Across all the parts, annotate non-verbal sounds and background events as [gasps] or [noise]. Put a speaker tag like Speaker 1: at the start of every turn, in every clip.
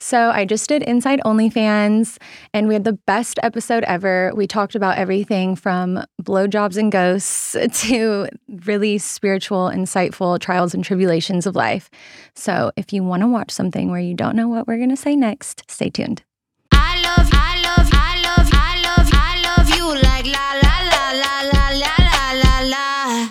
Speaker 1: So I just did Inside OnlyFans, and we had the best episode ever. We talked about everything from blowjobs and ghosts [laughs] to really spiritual, insightful trials and tribulations of life. So if you want to watch something where you don't know what we're going to say next, stay tuned.
Speaker 2: I love, I love, I love, I love, I love you like la la la la la la la la la.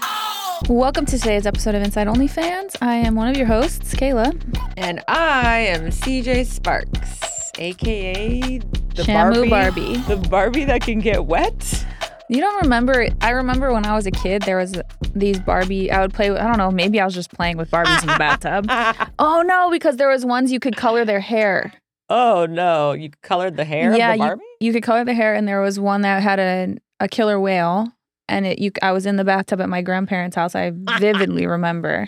Speaker 3: Welcome to today's episode of Inside OnlyFans. I am one of your hosts, Kayla.
Speaker 4: And I am CJ Sparks, aka the
Speaker 3: Shamu Barbie.
Speaker 4: Barbie, The Barbie that can get wet. [laughs]
Speaker 3: You don't remember? I remember when I was a kid, there was these Barbie. I would play. with I don't know. Maybe I was just playing with Barbies in
Speaker 4: [laughs]
Speaker 3: the bathtub. Oh no, because there was ones you could color their hair.
Speaker 4: oh no, you colored the hair
Speaker 3: Yeah,
Speaker 4: of the Barbie?
Speaker 3: You could color the hair, and there was one that had a a killer whale. And it, you, I was in the bathtub at my grandparents' house.
Speaker 4: [laughs]
Speaker 3: I vividly remember,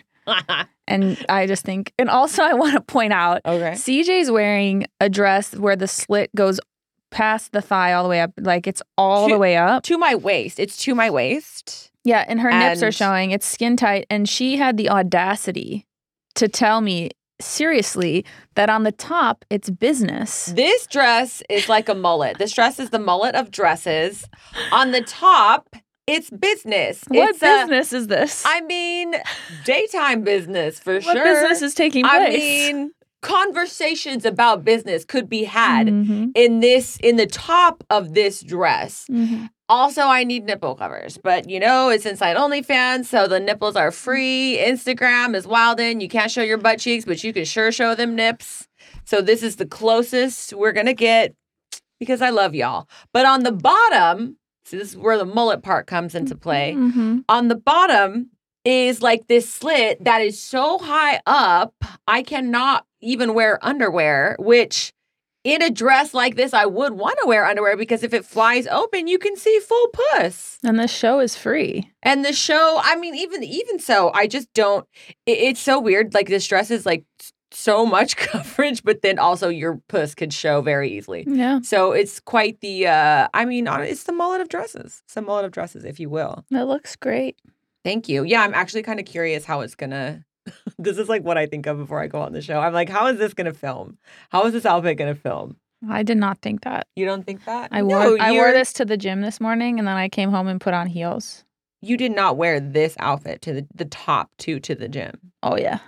Speaker 3: and I just think. And also, I want to point out
Speaker 4: okay.
Speaker 3: CJ's wearing a dress where the slit goes past the thigh all the way up, like it's all the
Speaker 4: Two-
Speaker 3: way up.
Speaker 4: To my waist. It's to my waist.
Speaker 3: Yeah, and her nips are
Speaker 4: And-
Speaker 3: showing. It's skin tight, and she had the audacity to tell me seriously that on the top it's business.
Speaker 4: This dress is like a mullet. This dress is the mullet of dresses. On the top, it's business.
Speaker 3: What
Speaker 4: it's a-
Speaker 3: business is this?
Speaker 4: I mean, daytime business for
Speaker 3: what
Speaker 4: sure.
Speaker 3: business is taking
Speaker 4: I
Speaker 3: place?
Speaker 4: mean, conversations about business could be had
Speaker 3: Mhm,
Speaker 4: in this in the top of this dress.
Speaker 3: mhm.
Speaker 4: Also, I need nipple covers, but you know it's inside OnlyFans, so the nipples are free. Instagram is wild in. You can't show your butt cheeks, but you can sure show them nips. So this is the closest we're gonna get because I love y'all. But on the bottom, see this is where the mullet part comes into play.
Speaker 3: Mhm.
Speaker 4: On the bottom is like this slit that is so high up, I cannot even wear underwear, which in a dress like this, I would want to wear underwear because if it flies open, you can see full puss.
Speaker 3: And the show is free.
Speaker 4: And the show, I mean, even even so, I just don't. It, it's so weird. Like this dress is like s- so much [laughs] coverage, but then also your puss could show very easily.
Speaker 3: Yeah,
Speaker 4: So it's quite the. uh I mean, hon- it's the mullet of dresses. It's the mullet of dresses, if you will.
Speaker 3: that looks great.
Speaker 4: Thank you. Yeah, I'm actually kind of curious how it's gonna. [laughs] this is like what I think of before I go on the show. I'm like, how is this gonna film? How is this outfit gonna film?
Speaker 3: I did not think that.
Speaker 4: You don't think that?
Speaker 3: I wore
Speaker 4: No,
Speaker 3: I wore
Speaker 4: you're-
Speaker 3: this to the gym this morning, and then I came home and put on heels.
Speaker 4: You did not wear this outfit to the, the top two to the gym.
Speaker 3: [laughs] Oh yeah.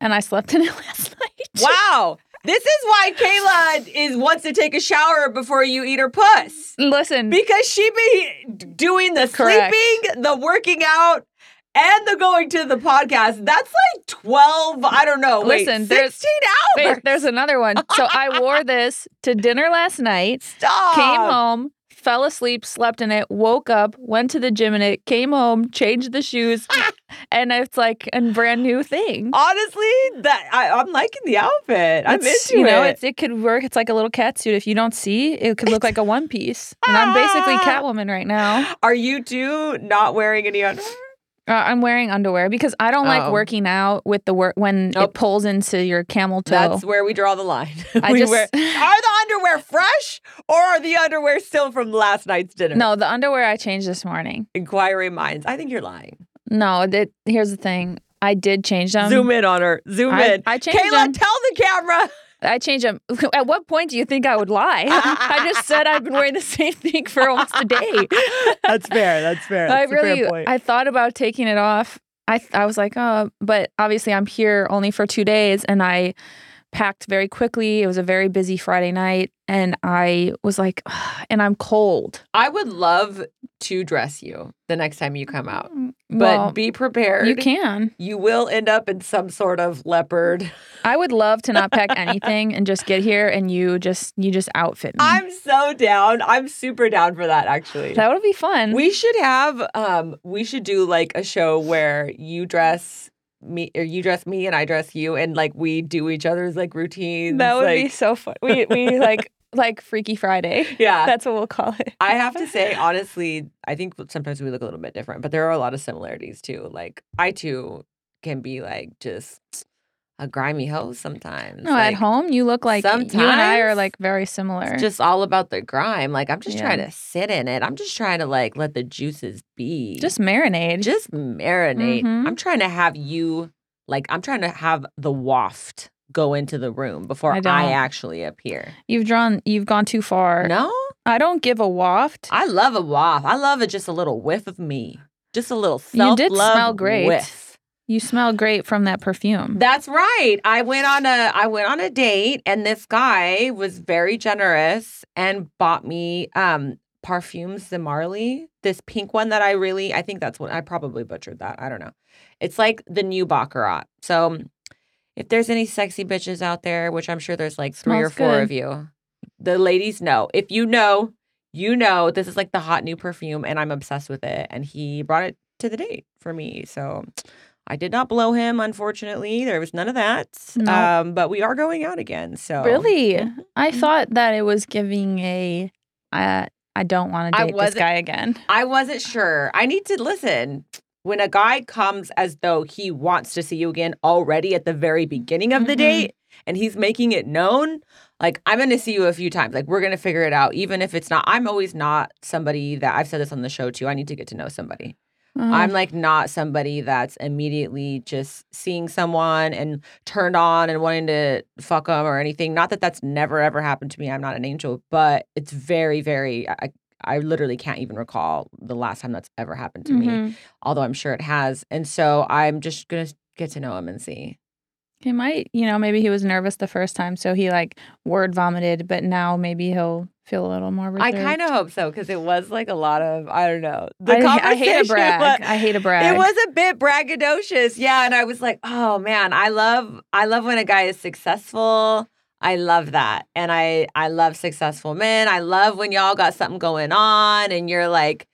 Speaker 3: And I slept in it [laughs] last night.
Speaker 4: Wow. This is why Kayla is wants to take a shower before you eat her puss
Speaker 3: Listen,
Speaker 4: because she be doing the
Speaker 3: Correct.
Speaker 4: sleeping, the working out, and the going to the podcast. That's like twelve. I don't know. wait,
Speaker 3: Listen, there's-
Speaker 4: sixteen
Speaker 3: [laughs]
Speaker 4: hours.
Speaker 3: wait, there's another one. So I
Speaker 4: [laughs]
Speaker 3: wore this to dinner last night,
Speaker 4: Stop.
Speaker 3: came home, fell asleep, slept in it, woke up, went to the gym in it, came home, changed the shoes,
Speaker 4: Ah!
Speaker 3: and it's like a brand new
Speaker 4: Oh,
Speaker 3: thing.
Speaker 4: Honestly, that I, I'm liking the outfit. I'm
Speaker 3: It's-
Speaker 4: into
Speaker 3: you know,
Speaker 4: it.
Speaker 3: it's it could work. It's like a little catsuit. If you don't see, it could look like a one piece. And I'm basically
Speaker 4: Ah!
Speaker 3: Catwoman right now.
Speaker 4: Are you two not wearing any underwear?
Speaker 3: Uh, I'm wearing underwear because I don't like
Speaker 4: Oh.
Speaker 3: working out with the work when
Speaker 4: Nope.
Speaker 3: it pulls into your camel toe.
Speaker 4: That's where we draw the [laughs] line.
Speaker 3: I
Speaker 4: We
Speaker 3: just-
Speaker 4: wear- are the underwear fresh or are the underwear still from last night's dinner?
Speaker 3: No, the underwear I changed this morning.
Speaker 4: Inquiry minds. I think you're lying.
Speaker 3: No, that here's the thing. I did change them.
Speaker 4: Zoom in on her. Zoom
Speaker 3: I-
Speaker 4: in.
Speaker 3: I changed
Speaker 4: Kayla,
Speaker 3: them.
Speaker 4: tell the camera.
Speaker 3: I changed them. [laughs] At what point do you think I would lie? [laughs] I just said I've been wearing the same thing for almost a
Speaker 4: [laughs]
Speaker 3: day.
Speaker 4: That's fair. That's fair.
Speaker 3: I
Speaker 4: That's a fair
Speaker 3: really,
Speaker 4: point.
Speaker 3: I thought about taking it off. I, th- I was like, oh, but obviously I'm here only for two days, and I packed very quickly. It was a very busy Friday night, and I was like, "Ugh," and I'm cold.
Speaker 4: I would love to dress you the next time you come out, Mm, but
Speaker 3: Well,
Speaker 4: be prepared.
Speaker 3: you can.
Speaker 4: You will end up in some sort of leopard.
Speaker 3: I would love to not
Speaker 4: [laughs]
Speaker 3: pack anything and just get here, and you just you just outfit me.
Speaker 4: I'm so down. I'm super down for that actually.
Speaker 3: That would be fun.
Speaker 4: We should have um we should do like a show where you dress me or you dress me and I dress you and like we do each other's like routines.
Speaker 3: that would be
Speaker 4: like,
Speaker 3: so fun. We we
Speaker 4: [laughs]
Speaker 3: like like Freaky Friday. [laughs]
Speaker 4: Yeah.
Speaker 3: That's what we'll call it.
Speaker 4: I have to say honestly, I think sometimes we look a little bit different, but there are a lot of similarities too. Like I too can be like just a grimy hoe
Speaker 3: [laughs]
Speaker 4: sometimes.
Speaker 3: No,
Speaker 4: like,
Speaker 3: Oh, at home you look like you and I are
Speaker 4: sometimes
Speaker 3: like very similar.
Speaker 4: It's just all about the grime. Like I'm just
Speaker 3: Yeah.
Speaker 4: trying to sit in it. I'm just trying to like let the juices be.
Speaker 3: just marinade.
Speaker 4: just marinate.
Speaker 3: Mhm.
Speaker 4: I'm trying to have you like I'm trying to have the waft go into the room before
Speaker 3: I
Speaker 4: I,
Speaker 3: don't.
Speaker 4: actually appear.
Speaker 3: You've drawn. You've gone too far.
Speaker 4: No,
Speaker 3: I don't give a waft.
Speaker 4: I love a waft. I love it just a little whiff of me, just a little
Speaker 3: You
Speaker 4: self
Speaker 3: did smell great.
Speaker 4: Whiff.
Speaker 3: You smell great from that perfume.
Speaker 4: That's right. I went on a I went on a date and this guy was very generous and bought me um Parfums de Marley, this pink one that I really I think that's what I probably butchered that. I don't know. It's like the new Baccarat. So um, if there's any sexy bitches out there, which I'm sure there's like three or
Speaker 3: Smells
Speaker 4: four
Speaker 3: good.
Speaker 4: of you, the ladies know. If you know, you know this is like the hot new perfume and I'm obsessed with it. And he brought it to the date for me. So I did not blow him, unfortunately. There was none of that.
Speaker 3: No.
Speaker 4: Um, but we are going out again.
Speaker 3: Oh.
Speaker 4: So
Speaker 3: Really?
Speaker 4: Mhm.
Speaker 3: I thought that it was giving a. I I don't want
Speaker 4: I
Speaker 3: to date this
Speaker 4: wasn't-
Speaker 3: guy again.
Speaker 4: I wasn't sure. I need to listen. When a guy comes as though he wants to see you again already at the very beginning of the
Speaker 3: Mhm.
Speaker 4: date and he's making it known, like, I'm going to see you a few times. Like, we're going to figure it out. Even if it's not, I'm always not somebody that I've said this on the show too. I need to get to know somebody.
Speaker 3: Mm-hmm. Uh-huh.
Speaker 4: I'm like not somebody that's immediately just seeing someone and turned on and wanting to fuck them or anything. Not that that's never ever happened to me. I'm not an angel, but it's very, very. I, I literally can't even recall the last time that's ever happened to me.
Speaker 3: Mhm.
Speaker 4: Although I'm sure it has, and so I'm just gonna get to know him and see.
Speaker 3: He might, you know, maybe he was nervous the first time, so he like word vomited, but now maybe he'll feel a little more reserved.
Speaker 4: I kind of hope so because it was like a lot of I don't know. The
Speaker 3: I, I [laughs] hate
Speaker 4: conversation [laughs]
Speaker 3: a brag.
Speaker 4: was-
Speaker 3: I hate a brag.
Speaker 4: It was a bit braggadocious, yeah. And I was like, oh man, I love I love when a guy is successful. I love that, and I I love successful men. I love when y'all got something going on, and you're like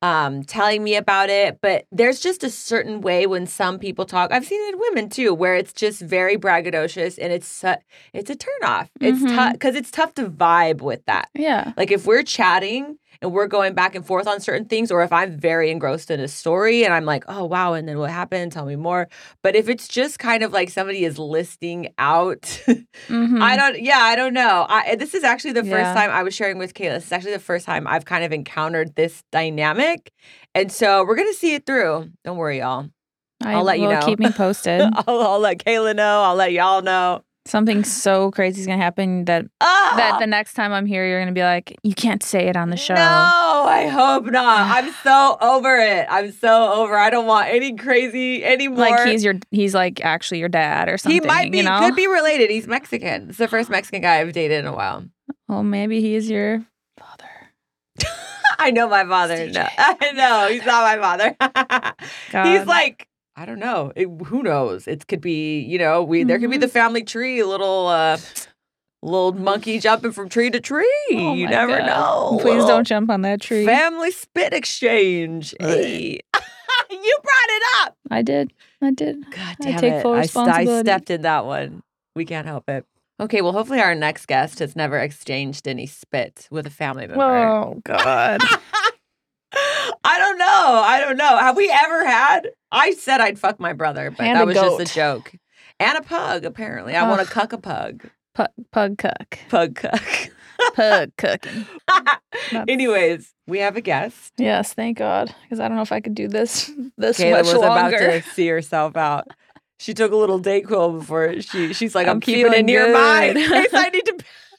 Speaker 4: um telling me about it but there's just a certain way when some people talk i've seen it in women too where it's just very braggadocious and it's su- it's a turnoff it's
Speaker 3: Mhm.
Speaker 4: tough because it's tough to vibe with that
Speaker 3: Yeah.
Speaker 4: like if we're chatting and we're going back and forth on certain things, or if I'm very engrossed in a story and I'm like, oh wow, and then what happened? Tell me more. But if it's just kind of like somebody is listing out, [laughs]
Speaker 3: Mhm.
Speaker 4: I don't, yeah, I don't know. I, this is actually the
Speaker 3: Yeah.
Speaker 4: first time I was sharing with Kayla. This is actually the first time I've kind of encountered this dynamic, and so we're gonna see it through. Don't worry, y'all. [laughs]
Speaker 3: I
Speaker 4: I'll let you
Speaker 3: will
Speaker 4: know.
Speaker 3: Keep me
Speaker 4: [laughs]
Speaker 3: posted.
Speaker 4: I'll, I'll let Kayla know. I'll let y'all know.
Speaker 3: Something so crazy is gonna happen that
Speaker 4: Ah!
Speaker 3: that the next time I'm here, you're gonna be like, you can't say it on the show.
Speaker 4: No, I hope not. I'm so over it. I'm so over. I don't want any crazy anymore.
Speaker 3: Like he's your he's like actually your dad or
Speaker 4: he
Speaker 3: something.
Speaker 4: might be
Speaker 3: you know?
Speaker 4: could be related. He's Mexican. It's the first Mexican guy I've dated in a while. [laughs]
Speaker 3: Well, maybe he is your father.
Speaker 4: I know my father.
Speaker 3: It's
Speaker 4: [laughs] No,
Speaker 3: DJ.
Speaker 4: I know he's not my
Speaker 3: God.
Speaker 4: father. [laughs] he's like I don't know. It- who knows? It could be you know we there could be
Speaker 3: Mhm.
Speaker 4: the family tree. A little uh, little monkey jumping from tree to tree.
Speaker 3: Oh
Speaker 4: you
Speaker 3: my
Speaker 4: never
Speaker 3: God.
Speaker 4: know.
Speaker 3: Please
Speaker 4: Little-
Speaker 3: don't jump on that tree.
Speaker 4: Family spit exchange. Hey. [laughs] you brought it up.
Speaker 3: I did. I did.
Speaker 4: God
Speaker 3: I
Speaker 4: damn
Speaker 3: take
Speaker 4: it.
Speaker 3: full
Speaker 4: I, st- I
Speaker 3: responsibility.
Speaker 4: stepped in that one. We can't help it. Okay, well, hopefully our next guest has never exchanged any spit with a family member.
Speaker 3: Oh [laughs] God.
Speaker 4: [laughs] I don't know. I don't know. Have we ever had? I said I'd fuck my brother, but
Speaker 3: And
Speaker 4: that
Speaker 3: a
Speaker 4: was
Speaker 3: goat.
Speaker 4: just a joke. And a pug, apparently. I want to cuck a pug.
Speaker 3: Pug, pug cook.
Speaker 4: Pug cuck. [laughs]
Speaker 3: Pug cooking.
Speaker 4: Anyways, we have a guest.
Speaker 3: Yes, thank God. Because I don't know if I could do this [laughs] this
Speaker 4: Kayla
Speaker 3: much
Speaker 4: was
Speaker 3: longer.
Speaker 4: about to see herself out. She took a little Dayquil before she. She's like, I'm,
Speaker 3: I'm
Speaker 4: keeping it
Speaker 3: feeling
Speaker 4: nearby in [laughs]
Speaker 3: good.
Speaker 4: case I need to.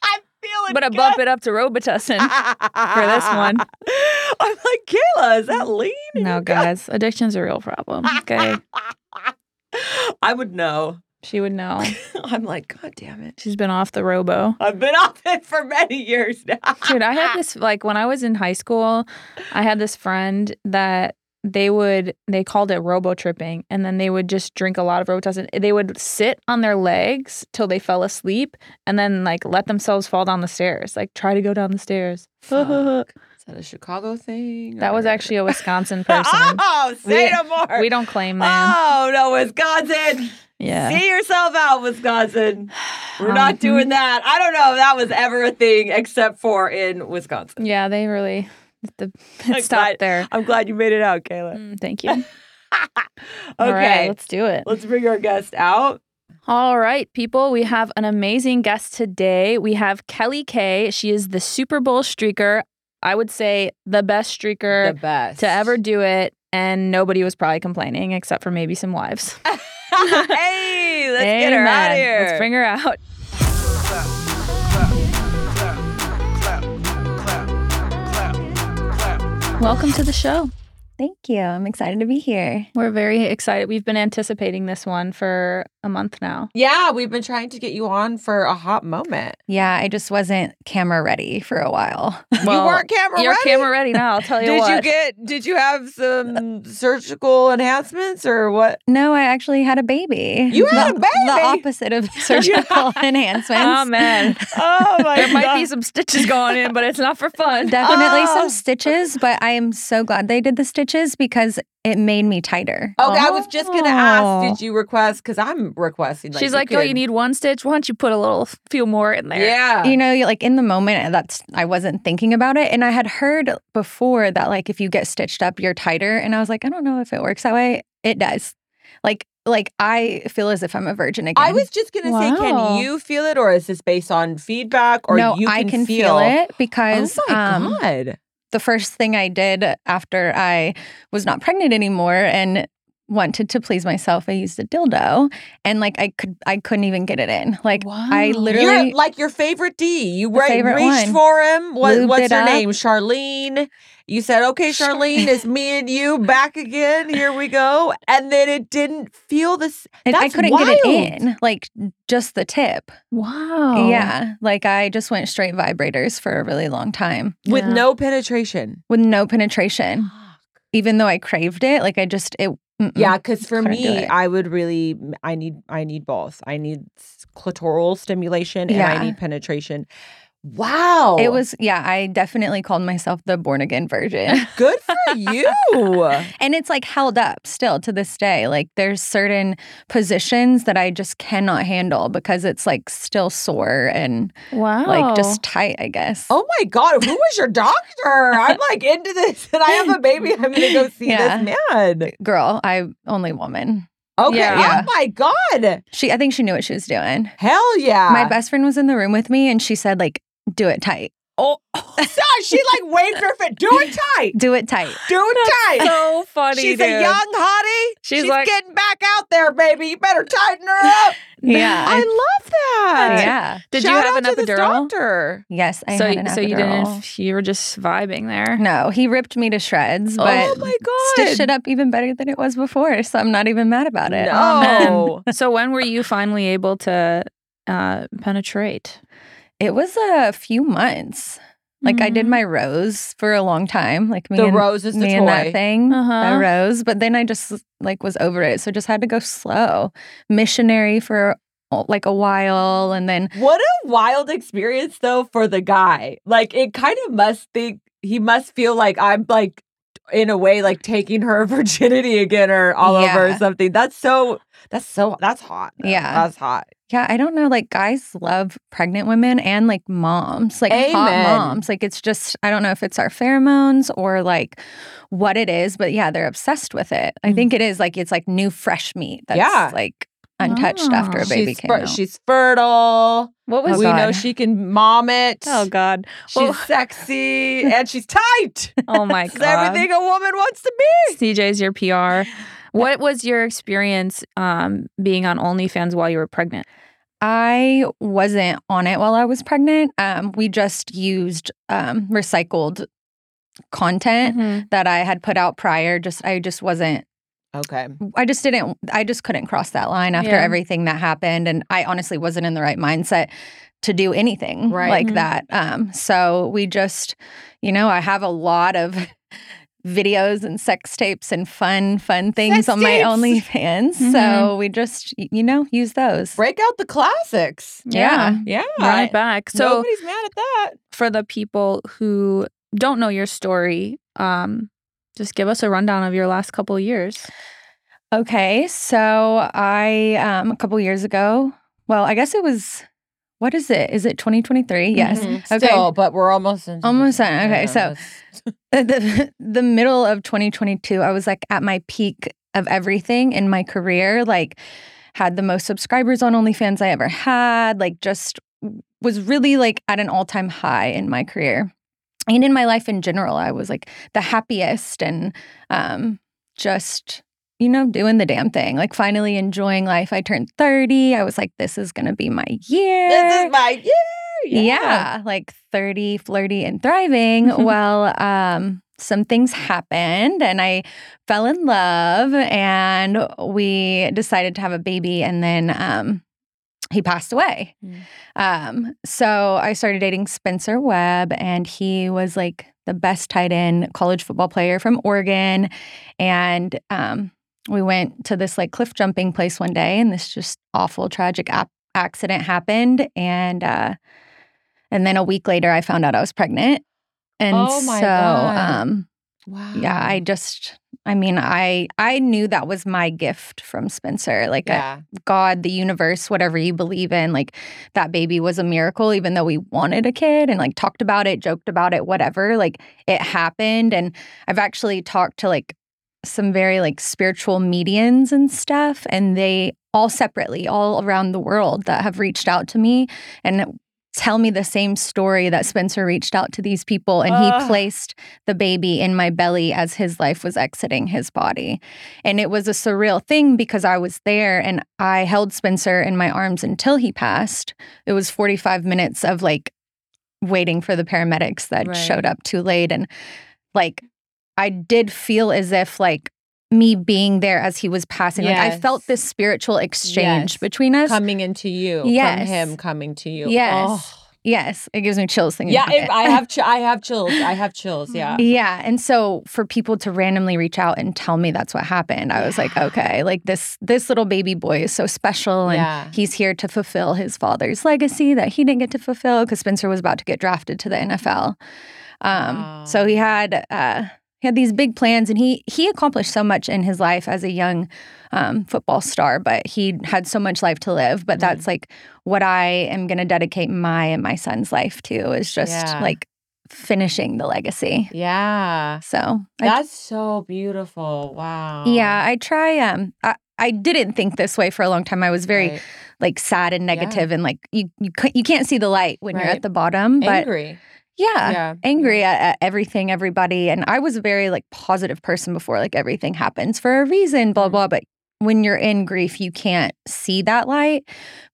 Speaker 4: I'm feeling.
Speaker 3: but I
Speaker 4: good.
Speaker 3: bump it up to Robitussin.
Speaker 4: for
Speaker 3: this one.
Speaker 4: [laughs] I'm like, Kayla, is that lean? [laughs]
Speaker 3: no, guys, addiction's a real problem. Okay,
Speaker 4: I would know. [laughs]
Speaker 3: she would know.
Speaker 4: I'm like, God damn it.
Speaker 3: She's been off the Robo.
Speaker 4: I've been off it for many years [laughs] now.
Speaker 3: Dude, I had this like when I was in high school, I had this friend that they would they called it robo tripping and then they would just drink a lot of robitussin. They would sit on their legs till they fell asleep and then like let themselves fall down the stairs, like try to go down the stairs.
Speaker 4: Fuck. Is that a Chicago thing?
Speaker 3: That was
Speaker 4: or-
Speaker 3: actually a Wisconsin person.
Speaker 4: [laughs] Oh, say
Speaker 3: We-
Speaker 4: no more.
Speaker 3: we don't claim that.
Speaker 4: oh, no, Wisconsin.
Speaker 3: yeah.
Speaker 4: See yourself
Speaker 3: [sighs]
Speaker 4: out, Wisconsin. We're not
Speaker 3: Mhm.
Speaker 4: doing that. I don't know if that was ever a thing except for in Wisconsin.
Speaker 3: Yeah, they really the,
Speaker 4: I'm
Speaker 3: it stopped
Speaker 4: glad-
Speaker 3: there.
Speaker 4: [laughs] I'm glad you made it out, Kayla.
Speaker 3: Mm, thank
Speaker 4: [laughs]
Speaker 3: you. All right,
Speaker 4: Okay.
Speaker 3: let's do it.
Speaker 4: Let's bring our guest out.
Speaker 3: All right, people, we have an amazing guest today. We have Kelly Kay. She is the Super Bowl streaker. I would say the best streaker
Speaker 4: best. [laughs]
Speaker 3: to ever do it. and nobody was probably complaining except for maybe some wives.
Speaker 4: hey, let's get her out
Speaker 3: Amen.
Speaker 4: of here.
Speaker 3: Let's bring her out. Welcome to the show.
Speaker 1: Thank you. I'm excited to be here.
Speaker 3: We're very excited. We've been anticipating this one for a month now. [laughs]
Speaker 4: yeah, we've been trying to get you on for a hot moment.
Speaker 1: Yeah, I just wasn't camera ready for a while. [laughs]
Speaker 4: you weren't camera
Speaker 3: You're
Speaker 4: ready.
Speaker 3: camera ready now. I'll [laughs] tell you
Speaker 4: did
Speaker 3: what.
Speaker 4: you get? Did you have some surgical enhancements
Speaker 3: [laughs]
Speaker 4: or what?
Speaker 1: No, I actually had a baby.
Speaker 4: You had a
Speaker 1: The-
Speaker 4: baby?
Speaker 1: The opposite [laughs] of surgical enhancements.
Speaker 3: oh [laughs] man,
Speaker 4: Oh [laughs] my
Speaker 3: there might be some stitches going in, but it's not for fun.
Speaker 1: Definitely
Speaker 4: Oh.
Speaker 1: some stitches, but I am so glad they did the stitches because it made me tighter.
Speaker 4: Okay, I was just gonna ask.
Speaker 3: Oh.
Speaker 4: Did you request? Because I'm requesting.
Speaker 3: [laughs]
Speaker 4: Like,
Speaker 3: She's
Speaker 4: you
Speaker 3: like, "Oh, you
Speaker 4: could-
Speaker 3: need one stitch. Why don't you put a little few more in there?"
Speaker 4: Yeah.
Speaker 1: You know, you- like in the moment, uh, that's I wasn't thinking about it, and I had heard before that like if you get stitched up, you're tighter, and I was like, I don't know if it works that way. It does. Like, like I feel as if I'm a virgin again.
Speaker 4: I was just gonna say,
Speaker 3: Wow.
Speaker 4: can you feel it, or is this based on feedback, or
Speaker 1: no,
Speaker 4: you can
Speaker 1: I can feel, it because
Speaker 4: Oh my
Speaker 1: um,
Speaker 4: god!
Speaker 1: the first thing I did after I was not pregnant anymore and wanted to please myself, I used a dildo, and like I could, I couldn't even get it in. Like I
Speaker 3: Wow.
Speaker 1: literally,
Speaker 4: You're like your favorite D. You right,
Speaker 1: favorite
Speaker 4: reached
Speaker 1: one.
Speaker 4: for him. What,
Speaker 1: Lubed
Speaker 4: what's
Speaker 1: it
Speaker 4: her
Speaker 1: up.
Speaker 4: name? Charlene. You said, okay, Charlene, it's me and you back again. Here we go. And then it didn't feel this.
Speaker 1: And I
Speaker 4: That's
Speaker 1: couldn't get it
Speaker 4: wild. Oh.
Speaker 1: in, like just the tip.
Speaker 3: Wow.
Speaker 1: Yeah, like I just went straight vibrators for a really long time
Speaker 4: With
Speaker 3: Yeah.
Speaker 1: [gasps]
Speaker 4: no penetration. [gasps]
Speaker 1: with no penetration, even though I craved it. Like I just it. mm-mm.
Speaker 4: Yeah, because for
Speaker 1: Mm-hmm. Couldn't do
Speaker 4: me,
Speaker 1: it.
Speaker 4: I would really, I need, I need both. I need s- clitoral stimulation and I
Speaker 1: Yeah.
Speaker 4: need penetration. Wow,
Speaker 1: It was, yeah, I definitely called myself the born again virgin.
Speaker 4: good for you.
Speaker 1: and it's like held up still to this day. Like there's certain positions that I just cannot handle because it's like still sore and
Speaker 3: Wow.
Speaker 1: like
Speaker 3: [laughs]
Speaker 1: just tight, I guess.
Speaker 4: Oh my God, who was your doctor? I'm like into this, and I have a baby. I'm gonna go see
Speaker 1: Yeah.
Speaker 4: this man.
Speaker 1: Girl, I only woman.
Speaker 4: Okay.
Speaker 3: Yeah.
Speaker 4: Oh my God.
Speaker 1: She, I think she knew what she was doing.
Speaker 4: Hell yeah.
Speaker 1: my best friend was in the room with me and she said like do it tight
Speaker 4: Oh, [laughs] so she like waved her finger. Do it tight.
Speaker 1: do it
Speaker 4: [sighs]
Speaker 1: tight
Speaker 4: Do it tight.
Speaker 3: so funny.
Speaker 4: She's a
Speaker 3: dude.
Speaker 4: young hottie. She's,
Speaker 3: She's like-
Speaker 4: getting back out there, baby. You better tighten her up.
Speaker 1: Yeah.
Speaker 3: [laughs]
Speaker 4: I love that.
Speaker 1: yeah
Speaker 3: Did
Speaker 4: Shout
Speaker 3: you have
Speaker 4: out
Speaker 3: an
Speaker 4: to this
Speaker 3: epidural?
Speaker 4: doctor.
Speaker 1: yes i
Speaker 3: so
Speaker 1: had an
Speaker 3: so you
Speaker 1: epidural.
Speaker 3: didn't. You were just vibing there.
Speaker 1: no he ripped me to shreds but
Speaker 4: oh my God.
Speaker 1: stitched it up even better than it was before so i'm not even mad about it
Speaker 3: [laughs]
Speaker 4: No.
Speaker 3: So when were you finally able to uh, penetrate?
Speaker 1: it was a few months like I did
Speaker 3: Mhm.
Speaker 1: my rose for a long time, like me
Speaker 4: Mm. the
Speaker 1: and
Speaker 4: rose is the
Speaker 1: me
Speaker 4: toy.
Speaker 1: and that thing,
Speaker 3: Uh-huh.
Speaker 1: the rose. But then I just like was over it, so just had to go slow. Missionary for oh, like a while, and then
Speaker 4: What a wild experience though for the guy. Like it kind of must think he must feel like I'm like in a way like taking her [laughs] virginity again or all over or
Speaker 1: Yeah.
Speaker 4: something. That's so that's so that's hot. though.
Speaker 1: Yeah.
Speaker 4: That's hot.
Speaker 1: Yeah, I don't know. Like guys love pregnant women and like moms, like hot
Speaker 4: Amen.
Speaker 1: moms. Like it's just I don't know if it's our pheromones or like what it is, but yeah, they're obsessed with it. I
Speaker 3: Mm.
Speaker 1: think it is like it's like new fresh meat that's
Speaker 4: Yeah. Ah.
Speaker 1: like untouched
Speaker 3: Oh.
Speaker 1: after a baby
Speaker 4: she's
Speaker 1: came
Speaker 4: fer-
Speaker 1: out.
Speaker 4: she's fertile.
Speaker 3: What
Speaker 1: Oh,
Speaker 3: was
Speaker 4: we know
Speaker 1: God.
Speaker 4: she can mom it.
Speaker 3: [laughs] Oh God!
Speaker 4: She's [laughs]
Speaker 1: [laughs]
Speaker 3: Well-
Speaker 4: sexy and she's tight.
Speaker 3: Oh my
Speaker 4: It's
Speaker 3: God!
Speaker 1: uh-huh.
Speaker 4: everything Uh, a woman wants to be. [laughs]
Speaker 3: CJ's your PR. What was your experience um, being on OnlyFans while you were pregnant?
Speaker 1: I wasn't on it while I was pregnant. Um, we just used um, recycled content
Speaker 4: Mm-hmm.
Speaker 1: that I had put out prior. Just I just wasn't
Speaker 4: Okay.
Speaker 1: I just didn't, I just couldn't cross that line after
Speaker 3: Yeah.
Speaker 1: everything that happened. And I honestly wasn't in the right mindset to do anything
Speaker 4: Right. mm-hmm.
Speaker 1: like
Speaker 3: Mhm.
Speaker 1: that. Um, so we just, you know, I have a lot of [laughs] videos and sex tapes and fun, fun things
Speaker 4: Sex
Speaker 1: on my
Speaker 4: tapes. Mm-hmm.
Speaker 1: OnlyFans. So
Speaker 3: Mhm.
Speaker 1: we just, y- you know, use those.
Speaker 4: Break out the classics.
Speaker 1: Yeah.
Speaker 4: Yeah.
Speaker 3: Run it back. So
Speaker 4: Nobody's mad at that.
Speaker 3: for the people who don't know your story, um, just give us a rundown of your last couple of years.
Speaker 1: Okay. So I, um, a couple years ago, well, I guess it was, what is it? Is it 2023? Yes.
Speaker 4: Mhm.
Speaker 1: Okay.
Speaker 4: Still, but we're almost in.
Speaker 1: Almost done. Okay, so- [laughs]
Speaker 4: that's-
Speaker 1: Uh, the, the middle of 2022 i was like at my peak of everything in my career like had the most subscribers on onlyfans i ever had like just was really like at an all-time high in my career and in my life in general i was like the happiest and um just, you know, doing the damn thing, like finally enjoying life. I turned 30. I was like, this is going to be my year.
Speaker 4: This is my year.
Speaker 1: yeah. like 30, flirty, and thriving. well, um, some things happened and I fell in love and we decided to have a baby and then um, he passed away.
Speaker 3: Mm.
Speaker 1: Um, so I started dating Spencer Webb and he was like the best tight end college football player from Oregon. And um, we went to this like cliff jumping place one day and this just awful, tragic ap- accident happened. And, uh, and then a week later, I found out I was pregnant. And
Speaker 3: Oh my
Speaker 1: so,
Speaker 3: God.
Speaker 1: um,
Speaker 3: Wow.
Speaker 1: yeah, I just, I mean, I, I knew that was my gift from Spencer. Like, I-
Speaker 4: Yeah.
Speaker 1: God, the universe, whatever you believe in, like that baby was a miracle, even though we wanted a kid and like talked about it, joked about it, whatever. Like it happened. And I've actually talked to like some very like spiritual medians and stuff, and they all separately, all around the world that have reached out to me and tell me the same story that Spencer reached out to these people and he
Speaker 3: Ugh.
Speaker 1: placed the baby in my belly as his life was exiting his body. And it was a surreal thing because I was there and I held Spencer in my arms until he passed. It was 45 minutes of like waiting for the paramedics that
Speaker 3: Right.
Speaker 1: showed up too late. And like, I did feel as if like me being there as he was passing, like I
Speaker 4: Yes.
Speaker 1: felt this spiritual exchange
Speaker 4: Yes.
Speaker 1: between us.
Speaker 4: Coming into you.
Speaker 1: Yes.
Speaker 4: From him coming to you.
Speaker 1: Yes.
Speaker 4: Oh.
Speaker 1: yes, it gives me chills thinking
Speaker 4: Yeah,
Speaker 1: about
Speaker 4: if
Speaker 1: it. [laughs]
Speaker 4: I have chi- I have chills. I have chills. Yeah.
Speaker 1: Yeah. And so for people to randomly reach out and tell me that's what happened, I was like, okay, like this this little baby boy is so special and
Speaker 4: Yeah.
Speaker 1: he's here to fulfill his father's legacy that he didn't get to fulfill because Spencer was about to get drafted to the NFL. Um
Speaker 4: Wow.
Speaker 1: so he had uh he had these big plans and he he accomplished so much in his life as a young um, football star, but he had so much life to live.
Speaker 4: Mm-hmm.
Speaker 1: But that's like what I am going to dedicate my and my son's life to is just
Speaker 4: Yeah.
Speaker 1: like finishing the legacy.
Speaker 4: Yeah.
Speaker 1: So I,
Speaker 4: That's so beautiful. Wow.
Speaker 1: yeah, I try. Um, I, I didn't think this way for a long time. I was very
Speaker 4: Right.
Speaker 1: like sad and negative and like you you ca- you can't see the light when you're
Speaker 4: Right.
Speaker 1: at the bottom. But
Speaker 4: angry.
Speaker 1: yeah,
Speaker 4: yeah.
Speaker 1: angry at, at everything, everybody. And I was a very like positive person before, like everything happens for a reason, blah,
Speaker 4: Mhm.
Speaker 1: blah. But when you're in grief, you can't see that light.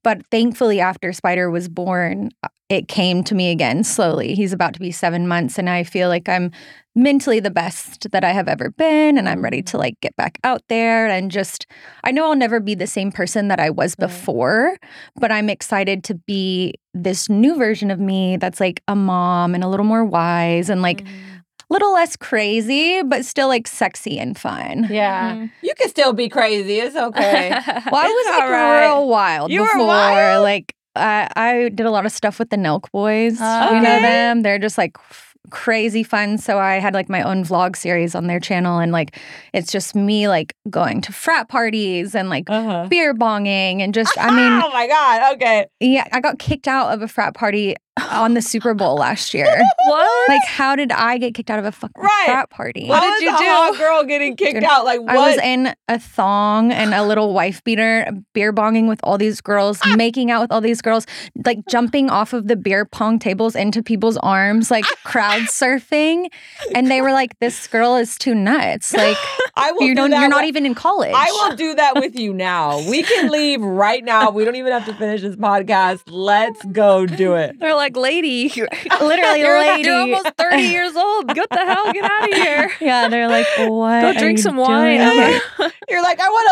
Speaker 1: But thankfully, after Spider was born, uh, it came to me again slowly. He's about to be seven months, and I feel like I'm mentally the best that I have ever been. And I'm ready
Speaker 4: Mm-hmm.
Speaker 1: to like get back out there and just, I know I'll never be the same person that I was
Speaker 4: Right.
Speaker 1: before but I'm excited to be this new version of me that's like a mom and a little more wise and like a
Speaker 4: Mm-hmm.
Speaker 1: little less crazy, but still like sexy and fun.
Speaker 4: Yeah.
Speaker 3: Mm-hmm.
Speaker 4: You can still be crazy.
Speaker 1: [laughs]
Speaker 4: It's okay.
Speaker 3: [laughs]
Speaker 1: Well, I
Speaker 4: [laughs] It's
Speaker 1: was like
Speaker 4: all right.
Speaker 1: real wild
Speaker 4: You were
Speaker 1: before.
Speaker 4: wild?
Speaker 1: Like I, I did a lot of stuff with the Nelk Boys. You know
Speaker 4: Okay.
Speaker 1: them? They're just like f- crazy fun. So I had like my own vlog series on their channel, and like it's just me like going to frat parties and like
Speaker 4: uh-huh.
Speaker 1: beer bonging and just I
Speaker 4: [laughs]
Speaker 1: mean
Speaker 4: oh my God. Okay.
Speaker 1: Yeah, I got kicked out of a frat party on the Super
Speaker 4: [laughs]
Speaker 1: Bowl last year.
Speaker 3: What?
Speaker 1: like, how did I get kicked out of a fucking
Speaker 4: Right.
Speaker 1: frat party?
Speaker 4: What
Speaker 3: did
Speaker 4: did
Speaker 3: you
Speaker 4: you
Speaker 3: do?
Speaker 4: do? girl getting kicked
Speaker 1: Dude,
Speaker 4: out. Like what?
Speaker 1: I was in a thong and a little wife beater, beer bonging with all these girls,
Speaker 4: Ah!
Speaker 1: making out with all these girls, like jumping off of the beer pong tables into people's arms, like
Speaker 4: Ah!
Speaker 1: crowd surfing. And they were like, this girl is too
Speaker 4: [laughs]
Speaker 1: nuts. Like,
Speaker 4: I will.
Speaker 1: you
Speaker 4: do
Speaker 1: don't,
Speaker 4: that
Speaker 1: you're not
Speaker 4: with-
Speaker 1: even in college.
Speaker 4: I will do that with you now.
Speaker 1: [laughs]
Speaker 4: We can leave right now. We don't even have to finish this podcast. Let's go do it.
Speaker 3: They're like, [laughs] lady, you're,
Speaker 1: Literally, lady.
Speaker 3: you're almost 30 years old. Get the hell, get
Speaker 1: [laughs]
Speaker 3: out of here.
Speaker 1: yeah, they're
Speaker 3: [laughs]
Speaker 1: like, what?
Speaker 3: Go
Speaker 1: are
Speaker 3: drink
Speaker 1: you
Speaker 3: some wine.
Speaker 1: doing?"
Speaker 3: [laughs] Okay.
Speaker 4: You're like, I want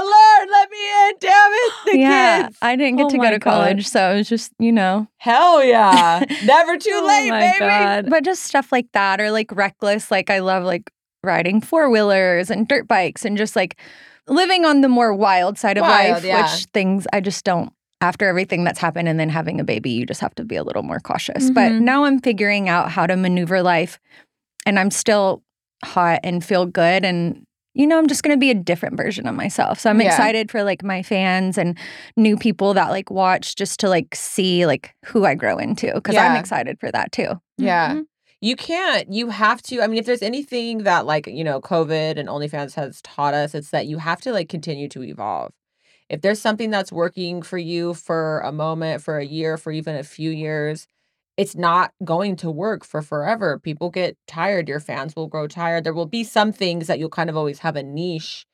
Speaker 4: to learn. Let me in. Damn it. The
Speaker 1: yeah,
Speaker 4: kids.
Speaker 1: I didn't get
Speaker 3: Oh
Speaker 1: to go
Speaker 3: my
Speaker 1: to
Speaker 3: God.
Speaker 1: college, so it was just you know, [laughs]
Speaker 4: Hell yeah. Never too
Speaker 3: Oh
Speaker 4: late,
Speaker 3: my
Speaker 4: baby.
Speaker 3: God.
Speaker 1: but just stuff like that or like reckless. Like I love like riding four wheelers and dirt bikes and just like living on the more wild side of
Speaker 4: Wild,
Speaker 1: life,
Speaker 4: yeah.
Speaker 1: which things I just don't. After everything that's happened and then having a baby, you just have to be a little more cautious. But
Speaker 4: Mm-hmm.
Speaker 3: Mhm.
Speaker 1: now I'm figuring out how to maneuver life, and I'm still hot and feel good and. You know, I'm just going to be a different version of myself. So I'm
Speaker 4: Yeah.
Speaker 1: excited for like my fans and new people that like watch just to like see like who I grow into because I'm
Speaker 4: Yeah.
Speaker 1: excited for that too.
Speaker 4: [laughs] Yeah.
Speaker 1: Mm-hmm.
Speaker 3: Mhm.
Speaker 4: You can't. You have to. I mean, if there's anything that like, you know, COVID and OnlyFans has taught us, it's that you have to like continue to evolve. If there's something that's working for you for a moment, for a year, for even a few years, it's not going to work for forever. People get tired. Your fans will grow tired. There will be some things that you'll kind of always have a niche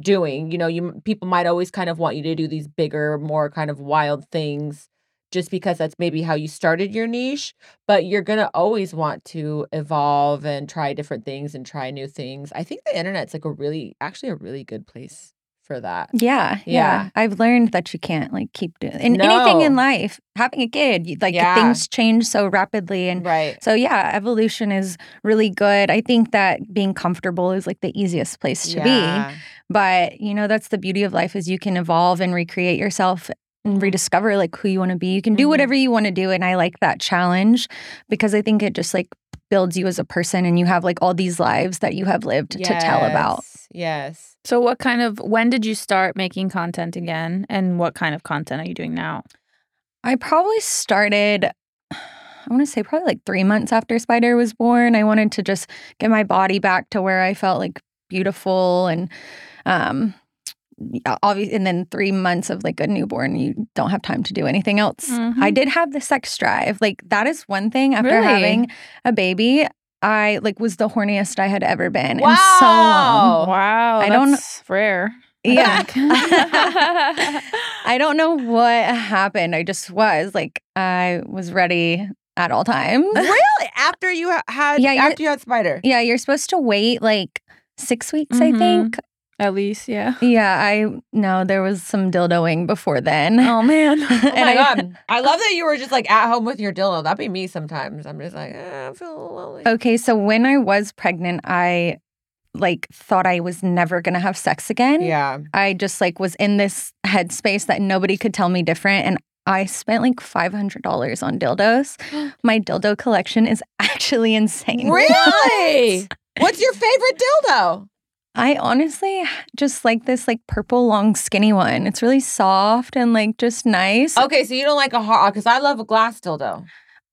Speaker 4: doing. You know, you people might always kind of want you to do these bigger, more kind of wild things just because that's maybe how you started your niche, but you're going to always want to evolve and try different things and try new things. I think the internet's like a really actually a really good place for that.
Speaker 1: Yeah, yeah.
Speaker 4: Yeah.
Speaker 1: I've learned that you can't like keep doing in anything
Speaker 4: No.
Speaker 1: in life. Having a kid, you, like
Speaker 4: Yeah.
Speaker 1: things change so rapidly, and
Speaker 4: Right.
Speaker 1: so yeah, evolution is really good. I think that being comfortable is like the easiest place to be. But you know, that's the beauty of life is you can evolve and recreate yourself
Speaker 4: Mm-hmm.
Speaker 1: and rediscover like who you want to be. You can do
Speaker 4: Mhm.
Speaker 1: whatever you want to do, and I like that challenge because I think it just like builds you as a person, and you have like all these lives that you have lived to tell about.
Speaker 4: Yes, Yes.
Speaker 3: So, what kind of when did you start making content again, and what kind of content are you doing now?
Speaker 1: I probably started, I want to say probably like three months after Spider was born. I wanted to just get my body back to where I felt like beautiful and, um, obviously, and then three months of like a newborn, you don't have time to do anything else.
Speaker 3: Mhm.
Speaker 1: I did have the sex drive. Like that is one thing after
Speaker 3: Really?
Speaker 1: having a baby. I like was the horniest I had ever been in so long.
Speaker 4: Oh,
Speaker 3: wow, [laughs]
Speaker 1: I don't-
Speaker 3: that's rare. I
Speaker 1: Yeah. [laughs]
Speaker 3: think.
Speaker 1: I don't know what happened. I just was like, I was ready at all times. [laughs]
Speaker 4: really? After you ha- had
Speaker 1: Yeah, you're-
Speaker 4: after you
Speaker 1: [laughs]
Speaker 4: had spider.
Speaker 1: Yeah, you're supposed to wait like six weeks, I
Speaker 4: Mm-hmm.
Speaker 3: Mhm.
Speaker 1: think.
Speaker 3: [laughs] At least, yeah.
Speaker 1: Yeah, I no, there was some dildoing before then. [laughs]
Speaker 3: Oh man.
Speaker 4: Oh my
Speaker 1: I-
Speaker 4: god!
Speaker 1: [laughs]
Speaker 4: I love that you were just like at home with your dildo. That'd be me sometimes. I'm just like, eh, I feel a little lonely.
Speaker 1: Okay, so when I was pregnant, I like thought I was never gonna have sex again.
Speaker 4: Yeah.
Speaker 1: I just like was in this headspace that nobody could tell me different and I spent like five hundred dollars on
Speaker 4: [gasps]
Speaker 1: dildos. My dildo collection is [laughs] actually insane.
Speaker 4: Really? What's your favorite dildo?
Speaker 1: [laughs] I honestly just like this like purple long skinny one. It's really soft and like just nice.
Speaker 4: Okay, so you don't like a hard because I love a glass dildo.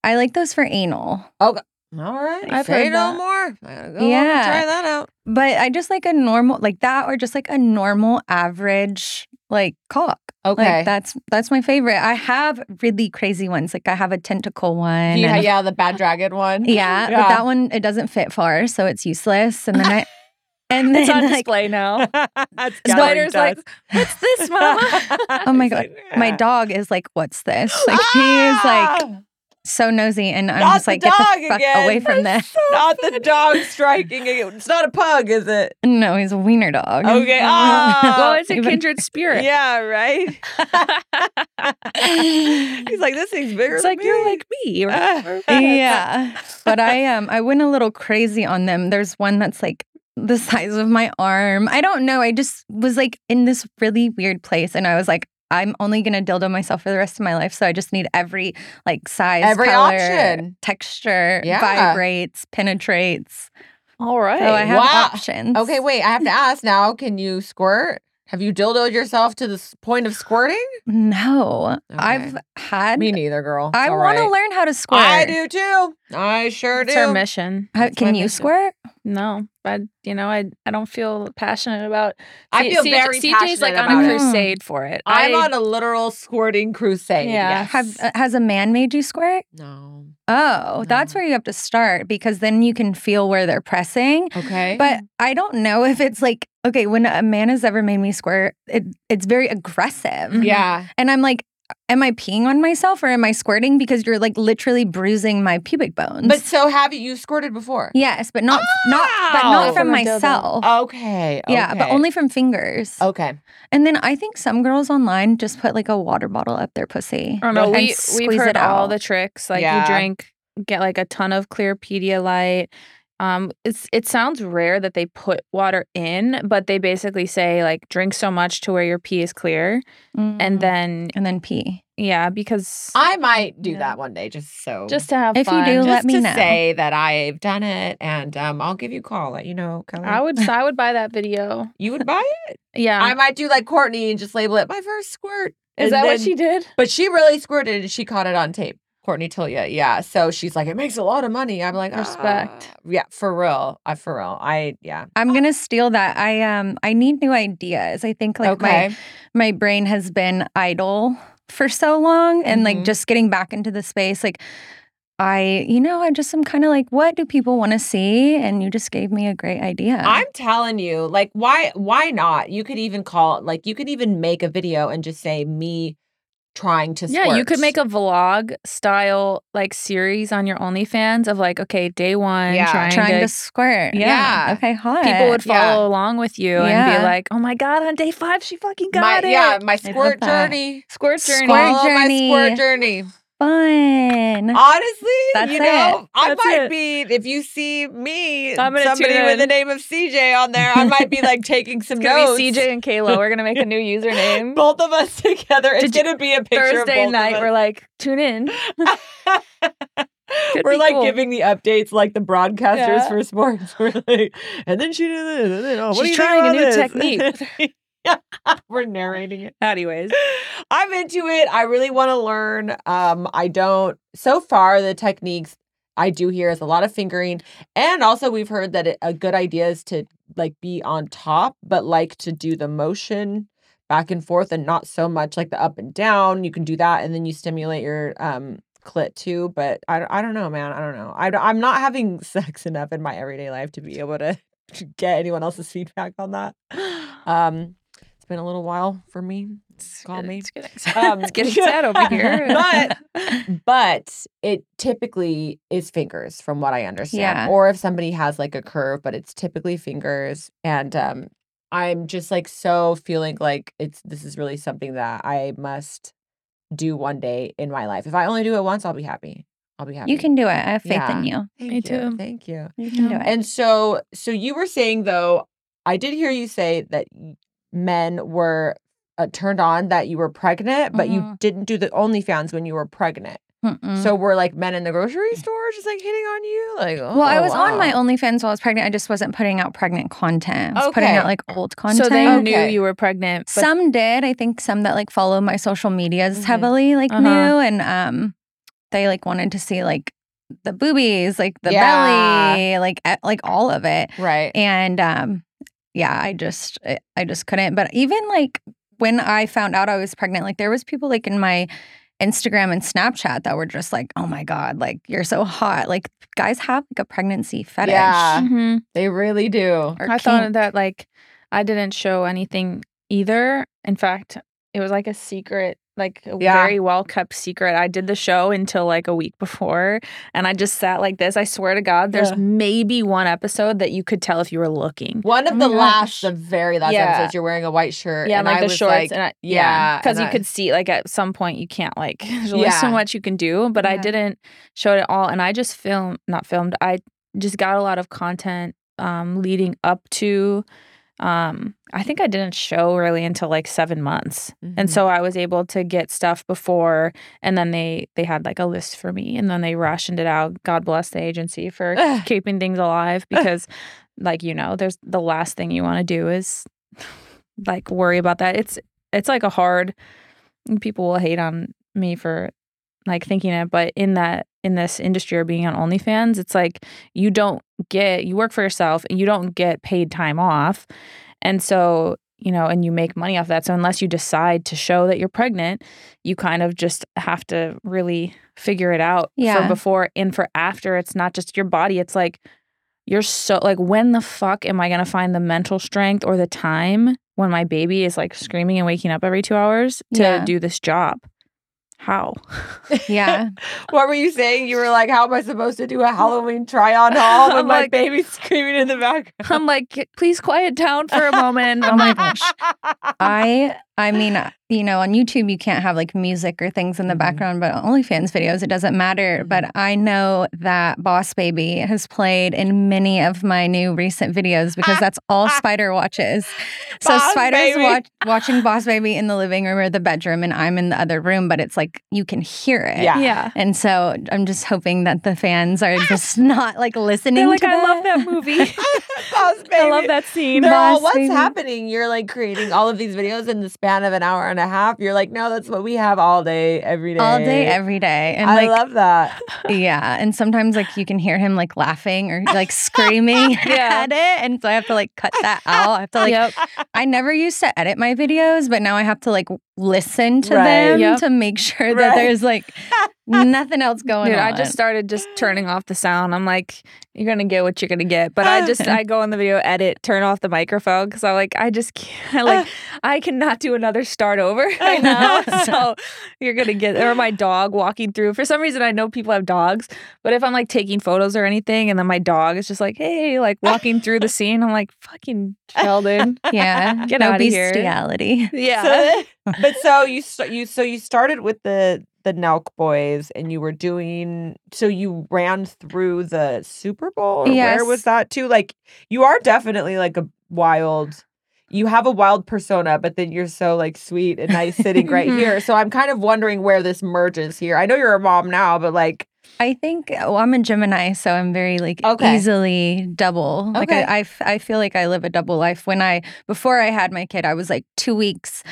Speaker 1: I like those for anal.
Speaker 4: All right,
Speaker 3: I've
Speaker 4: say
Speaker 3: heard
Speaker 4: no
Speaker 3: that.
Speaker 4: more. I gotta go yeah,
Speaker 1: Yeah.
Speaker 4: try that out.
Speaker 1: But I just like a normal like that or just like a normal average like cock.
Speaker 4: Okay,
Speaker 1: Like that's that's my favorite. I have really crazy ones. Like I have a tentacle one.
Speaker 4: yeah,
Speaker 1: and-
Speaker 4: yeah, the bad dragon one.
Speaker 1: yeah, but that one it doesn't fit far, so it's useless. And then
Speaker 4: [laughs]
Speaker 1: I and then
Speaker 3: [laughs] It's
Speaker 1: [laughs]
Speaker 3: on
Speaker 1: like
Speaker 3: display now.
Speaker 4: [laughs] That's
Speaker 3: Spider's
Speaker 4: gathering
Speaker 3: like,
Speaker 4: dust.
Speaker 3: [laughs] what's this, mama?
Speaker 1: Oh my God,
Speaker 4: It's
Speaker 1: my
Speaker 4: like,
Speaker 1: dog is like, what's
Speaker 4: [gasps]
Speaker 1: this? Like he is like
Speaker 4: "Ah,
Speaker 1: so nosy, and I'm
Speaker 4: Not
Speaker 1: just
Speaker 4: the
Speaker 1: like, get the
Speaker 4: dog
Speaker 1: fuck
Speaker 4: again."
Speaker 1: away
Speaker 4: [laughs]
Speaker 1: from this.
Speaker 4: not the dog striking. it. It's not a pug, is it?
Speaker 1: [laughs] No, he's a wiener dog. [laughs]
Speaker 4: Okay.
Speaker 3: well,
Speaker 4: ah.
Speaker 3: Oh, it's a
Speaker 1: even-
Speaker 3: kindred spirit.
Speaker 4: yeah, right. [laughs] He's like, this thing's bigger.
Speaker 3: It's
Speaker 4: than
Speaker 3: like you're
Speaker 4: me."
Speaker 3: like me. or-
Speaker 4: Ah.
Speaker 1: yeah. But I um I went a little crazy on them. There's one that's like the size of my arm. I don't know. I just was like in this really weird place and I was like, I'm only gonna dildo myself for the rest of my life. So I just need every like size,
Speaker 4: Every
Speaker 1: color,
Speaker 4: option.
Speaker 1: texture,
Speaker 4: Yeah.
Speaker 1: vibrates, penetrates.
Speaker 3: All right.
Speaker 1: So I have
Speaker 4: Wow.
Speaker 1: options.
Speaker 4: Okay, wait. I have to ask now. Can you squirt? Have you dildoed yourself to the s- point of squirting?
Speaker 1: No.
Speaker 4: Okay.
Speaker 1: I've had
Speaker 4: Me neither, girl. It's
Speaker 1: I
Speaker 4: all
Speaker 1: wanna
Speaker 4: right.
Speaker 1: learn how to squirt.
Speaker 4: I do too. I sure
Speaker 3: It's
Speaker 4: do.
Speaker 3: our mission.
Speaker 1: How-
Speaker 4: That's my
Speaker 1: can you
Speaker 4: mission.
Speaker 1: squirt?
Speaker 3: No, but you know, I I don't feel passionate about.
Speaker 4: I feel very passionate
Speaker 3: CJ's like
Speaker 4: about
Speaker 3: on a
Speaker 4: it.
Speaker 3: crusade for it.
Speaker 4: I'm
Speaker 3: I-
Speaker 4: on a literal squirting crusade.
Speaker 3: Yeah.
Speaker 4: Yes.
Speaker 1: Have uh, has a man made you squirt?
Speaker 4: no.
Speaker 1: Oh, that's
Speaker 4: No.
Speaker 1: where you have to start because then you can feel where they're pressing.
Speaker 4: Okay.
Speaker 1: But I don't know if it's like okay, when a man has ever made me squirt, it, it's very aggressive,
Speaker 3: Mhm.
Speaker 4: yeah.
Speaker 1: and I'm like, am I peeing on myself or am I squirting? Because you're like literally bruising my pubic bones.
Speaker 4: But so have you, you squirted before?
Speaker 1: yes, but not not but
Speaker 4: Ow!
Speaker 1: not from
Speaker 3: Oh! From a dildo. Oh,
Speaker 1: myself.
Speaker 4: Okay.
Speaker 1: Yeah, but
Speaker 4: okay.
Speaker 1: only from fingers.
Speaker 4: Okay.
Speaker 1: And then I think some girls online just put like a water bottle up their pussy.
Speaker 3: I don't know.
Speaker 1: and
Speaker 3: We we've
Speaker 1: squeeze
Speaker 3: heard
Speaker 1: it
Speaker 3: all
Speaker 1: out.
Speaker 3: the tricks. Like
Speaker 4: Yeah.
Speaker 3: you drink, get like a ton of clear Pedialyte. Um, it's it sounds rare that they put water in, but they basically say like drink so much to where your pee is clear,
Speaker 1: Mm.
Speaker 3: and then
Speaker 1: and then pee.
Speaker 3: yeah, because
Speaker 4: I might do
Speaker 3: Yeah.
Speaker 4: that one day just so.
Speaker 3: just to have
Speaker 1: If you
Speaker 3: fun.
Speaker 1: do,
Speaker 4: just
Speaker 1: let me
Speaker 4: to
Speaker 1: know.
Speaker 4: say that I've done it and um, I'll give you a call, let you know. Kelly.
Speaker 3: I
Speaker 1: [laughs]
Speaker 3: would I would buy that video.
Speaker 4: You would buy it?
Speaker 3: Yeah,
Speaker 4: I might do like Courtney and just label it my first squirt.
Speaker 3: is
Speaker 4: And
Speaker 3: that what
Speaker 4: then-
Speaker 3: she did?
Speaker 4: But she really squirted and she caught it on tape. Courtney Tilia, yeah. So she's like, it makes a lot of money. I'm like,
Speaker 3: Respect.
Speaker 4: "Ah." yeah, for real. I for real. I yeah.
Speaker 1: I'm gonna steal that. I um I need new ideas. I think like
Speaker 4: okay.
Speaker 1: my my brain has been idle for so long and
Speaker 4: Mhm.
Speaker 1: like just getting back into the space like I, you know, I just am kind of like, what do people want to see? And you just gave me a great idea.
Speaker 4: I'm telling you, like, why why not? You could even call like you could even make a video and just say me trying to
Speaker 3: Yeah, you could make a vlog style like series on your OnlyFans of like, okay, day one,
Speaker 4: Yeah,
Speaker 3: trying,
Speaker 1: trying to,
Speaker 3: to.
Speaker 1: squirt.
Speaker 4: Yeah.
Speaker 1: Okay, hot.
Speaker 3: people would
Speaker 4: Yeah.
Speaker 3: follow along with you and
Speaker 1: Yeah.
Speaker 3: be like, oh my God, on day five, she fucking got
Speaker 4: my
Speaker 3: it.
Speaker 4: yeah, my squirt
Speaker 1: that.
Speaker 4: journey.
Speaker 3: Squirt journey.
Speaker 1: Squirt
Speaker 4: Follow my
Speaker 1: journey.
Speaker 4: squirt journey.
Speaker 1: fun.
Speaker 4: Honestly,
Speaker 1: That's
Speaker 4: you know, I
Speaker 3: That's
Speaker 4: might
Speaker 3: it.
Speaker 4: be if you see me,
Speaker 3: I'm gonna
Speaker 4: somebody
Speaker 3: tune
Speaker 4: with
Speaker 3: in.
Speaker 4: the name of CJ on there, I
Speaker 3: [laughs]
Speaker 4: might be like taking some
Speaker 3: It's gonna
Speaker 4: notes.
Speaker 3: be CJ and Kayla. We're gonna make a new [laughs] username.
Speaker 4: both of us [laughs] together. It's
Speaker 3: Did you-
Speaker 4: gonna be a picture
Speaker 3: Thursday
Speaker 4: of both
Speaker 3: night,
Speaker 4: Of
Speaker 3: we're
Speaker 4: us.
Speaker 3: like, tune in. [laughs] Could
Speaker 4: We're
Speaker 3: be
Speaker 4: like
Speaker 3: cool.
Speaker 4: giving the updates like the broadcasters
Speaker 3: Yeah.
Speaker 4: for sports. [laughs] We're like, and then she did this, and then oh, what
Speaker 3: She's
Speaker 4: do you think
Speaker 3: trying a new
Speaker 4: about this?" [laughs] yeah, [laughs] we're narrating it.
Speaker 3: Anyways,
Speaker 4: I'm into it. I really want to learn. Um, I don't. So far, the techniques I do here is a lot of fingering, and also we've heard that it, a good idea is to like be on top, but like to do the motion back and forth, and not so much like the up and down. You can do that, and then you stimulate your um clit too. But I, don't- I don't know, man. I don't know. I, don't- I'm not having [laughs] sex enough in my everyday life to be able to [laughs] get anyone else's feedback on that. Um, it's been a little while for me
Speaker 3: It's
Speaker 4: Call
Speaker 3: getting-
Speaker 4: me.
Speaker 3: It's getting,
Speaker 4: Um,
Speaker 3: it's getting sad over here.
Speaker 4: [laughs]
Speaker 3: [laughs]
Speaker 4: But- but it typically is fingers from what i understand
Speaker 1: Yeah.
Speaker 4: or if somebody has like a curve but it's typically fingers and um i'm just like so feeling like it's this is really something that i must do one day in my life if i only do it once i'll be happy i'll be happy
Speaker 1: You can do it. I have faith in you.
Speaker 4: thank
Speaker 3: Me
Speaker 4: you
Speaker 3: too.
Speaker 4: thank you
Speaker 1: You can
Speaker 3: Yeah.
Speaker 1: do it.
Speaker 4: and so so you were saying though i did hear you say that men were uh, turned on that you were pregnant but you
Speaker 3: Mhm.
Speaker 4: didn't do the onlyfans when you were pregnant
Speaker 1: Mm-mm.
Speaker 4: so were like men in the grocery store just like hitting on you? Like, oh,
Speaker 1: well, I was on my
Speaker 4: wow.
Speaker 1: OnlyFans while I was pregnant. I just wasn't putting out pregnant content. I was putting
Speaker 4: Okay.
Speaker 1: out like old content.
Speaker 3: so they
Speaker 4: Okay.
Speaker 3: knew you were pregnant. But
Speaker 1: some did. I think some that like follow my social medias
Speaker 4: Mhm.
Speaker 1: heavily like
Speaker 3: Uh-huh.
Speaker 1: knew and um they like wanted to see like the boobies, like the
Speaker 4: Yeah.
Speaker 1: belly, like e- like all of it.
Speaker 4: right.
Speaker 1: And um yeah, I just I- I just couldn't. But even like when I found out I was pregnant, like there was people like in my Instagram and Snapchat that were just like, "Oh my god, like you're so hot." Like guys have like a pregnancy fetish.
Speaker 4: Yeah.
Speaker 3: Mhm.
Speaker 4: They really do.
Speaker 1: or
Speaker 3: I thought
Speaker 1: kink.
Speaker 3: that like I didn't show anything either. In fact, it was like a secret, like a
Speaker 4: Yeah.
Speaker 3: very well kept secret. I did the show until like a week before, and I just sat like this. I swear to God, there's
Speaker 4: Yeah.
Speaker 3: maybe one episode that you could tell if you were looking.
Speaker 4: One of
Speaker 1: Oh
Speaker 4: the
Speaker 1: my gosh.
Speaker 4: last, the very last
Speaker 3: Yeah.
Speaker 4: episodes, you're wearing a white shirt.
Speaker 3: Yeah, and
Speaker 4: and
Speaker 3: like
Speaker 4: I
Speaker 3: the
Speaker 4: was
Speaker 3: shorts,
Speaker 4: like,
Speaker 3: and I,
Speaker 4: yeah,
Speaker 3: yeah, because
Speaker 4: and
Speaker 3: you
Speaker 4: I-
Speaker 3: could see like at some point you can't like. [laughs] There's only
Speaker 4: Yeah.
Speaker 3: so much you can do, but I
Speaker 1: Yeah.
Speaker 3: didn't show it all, and I just filmed, not filmed. I just got a lot of content um, leading up to. Um, I think I didn't show really until like seven months, and
Speaker 4: Mhm.
Speaker 3: so I was able to get stuff before, and then they they had like a list for me, and then they rationed it out. God bless the agency for
Speaker 4: Ugh.
Speaker 3: keeping things alive because like you know there's the last thing you want to do is [sighs] like worry about that it's it's like a hard people will hate on me for like thinking it but in that in this industry or being on OnlyFans it's like you don't get you work for yourself and you don't get paid time off and so you know and you make money off that so unless you decide to show that you're pregnant you kind of just have to really figure it out
Speaker 1: Yeah.
Speaker 3: for before and for after it's not just your body it's like you're so like when the fuck am i going to find the mental strength or the time when my baby is like screaming and waking up every 2 hours to
Speaker 1: Yeah.
Speaker 3: do this job how
Speaker 1: [laughs] yeah.
Speaker 4: [laughs] What were you saying? You were like, how am I supposed to do a Halloween try on haul when
Speaker 3: I'm
Speaker 4: my
Speaker 3: like-
Speaker 4: baby's [laughs] screaming in the background?
Speaker 3: [laughs] i'm like please quiet down for a moment
Speaker 1: Oh
Speaker 3: i'm
Speaker 1: my
Speaker 3: like
Speaker 4: [laughs]
Speaker 1: gosh. I I mean, uh, you know, on YouTube you can't have like music or things in the
Speaker 4: Mhm.
Speaker 1: background, but on OnlyFans videos it doesn't matter. But I know that Boss Baby has played in many of my new recent videos because that's all Spider watches. So
Speaker 4: Boss
Speaker 1: Spider's
Speaker 4: Baby.
Speaker 1: watch, watching Boss Baby in the living room or the bedroom, and I'm in the other room, but it's like you can hear it.
Speaker 4: Yeah.
Speaker 3: yeah
Speaker 1: And so I'm just hoping that the fans are just [laughs] not like listening
Speaker 3: They're like
Speaker 1: to
Speaker 3: i love that movie
Speaker 4: Boss
Speaker 3: [laughs] i
Speaker 4: baby.
Speaker 3: love that scene
Speaker 4: They're all,
Speaker 1: Boss
Speaker 4: what's
Speaker 1: baby."
Speaker 4: happening? You're like creating all of these videos in the span of an hour and a half. You're like, no, that's what we have all day, every day.
Speaker 1: All day, every day. And
Speaker 4: I
Speaker 1: like
Speaker 4: love that.
Speaker 1: Yeah, and sometimes like you can hear him like laughing or like screaming
Speaker 3: [laughs] Yeah.
Speaker 1: at it, and so I have to like cut that out. I have to like
Speaker 3: yep
Speaker 1: I never used to edit my videos, but now I have to like listen to
Speaker 4: Right.
Speaker 1: them
Speaker 3: Yep.
Speaker 1: to make sure that
Speaker 4: Right.
Speaker 1: there's like nothing else going
Speaker 3: Dude,
Speaker 1: on.
Speaker 3: Oh, I just started just turning off the sound. I'm like, you're gonna get what you're gonna get. But I [laughs] just I go in the video edit, turn off the microphone because I'm like, I just can't [laughs] I like I cannot do another start over [laughs] right now. so you're gonna get or my dog walking through. For some reason I know people have dogs, but if I'm like taking photos or anything and then my dog is just like, hey, like [laughs] walking through the scene, I'm like, fucking [laughs] Sheldon.
Speaker 1: yeah,
Speaker 3: Get
Speaker 1: no
Speaker 3: outta here.
Speaker 1: bestiality.
Speaker 3: Yeah.
Speaker 4: So, but so you st- you so you started with the the Nelk boys and you were doing so you ran through the Super Bowl. Or Where was
Speaker 1: Yes.
Speaker 4: that too? Like you are definitely like a wild you have a wild persona, but then you're so like sweet and nice sitting right
Speaker 3: Mhm. [laughs]
Speaker 4: here. So I'm kind of wondering where this merges here. I know you're a mom now, but like
Speaker 1: I think well, I'm a Gemini, so I'm very like
Speaker 4: Okay.
Speaker 1: easily double. Like
Speaker 4: Okay.
Speaker 1: I, I, f- I feel like I live a double life. When I before I had my kid, I was like two weeks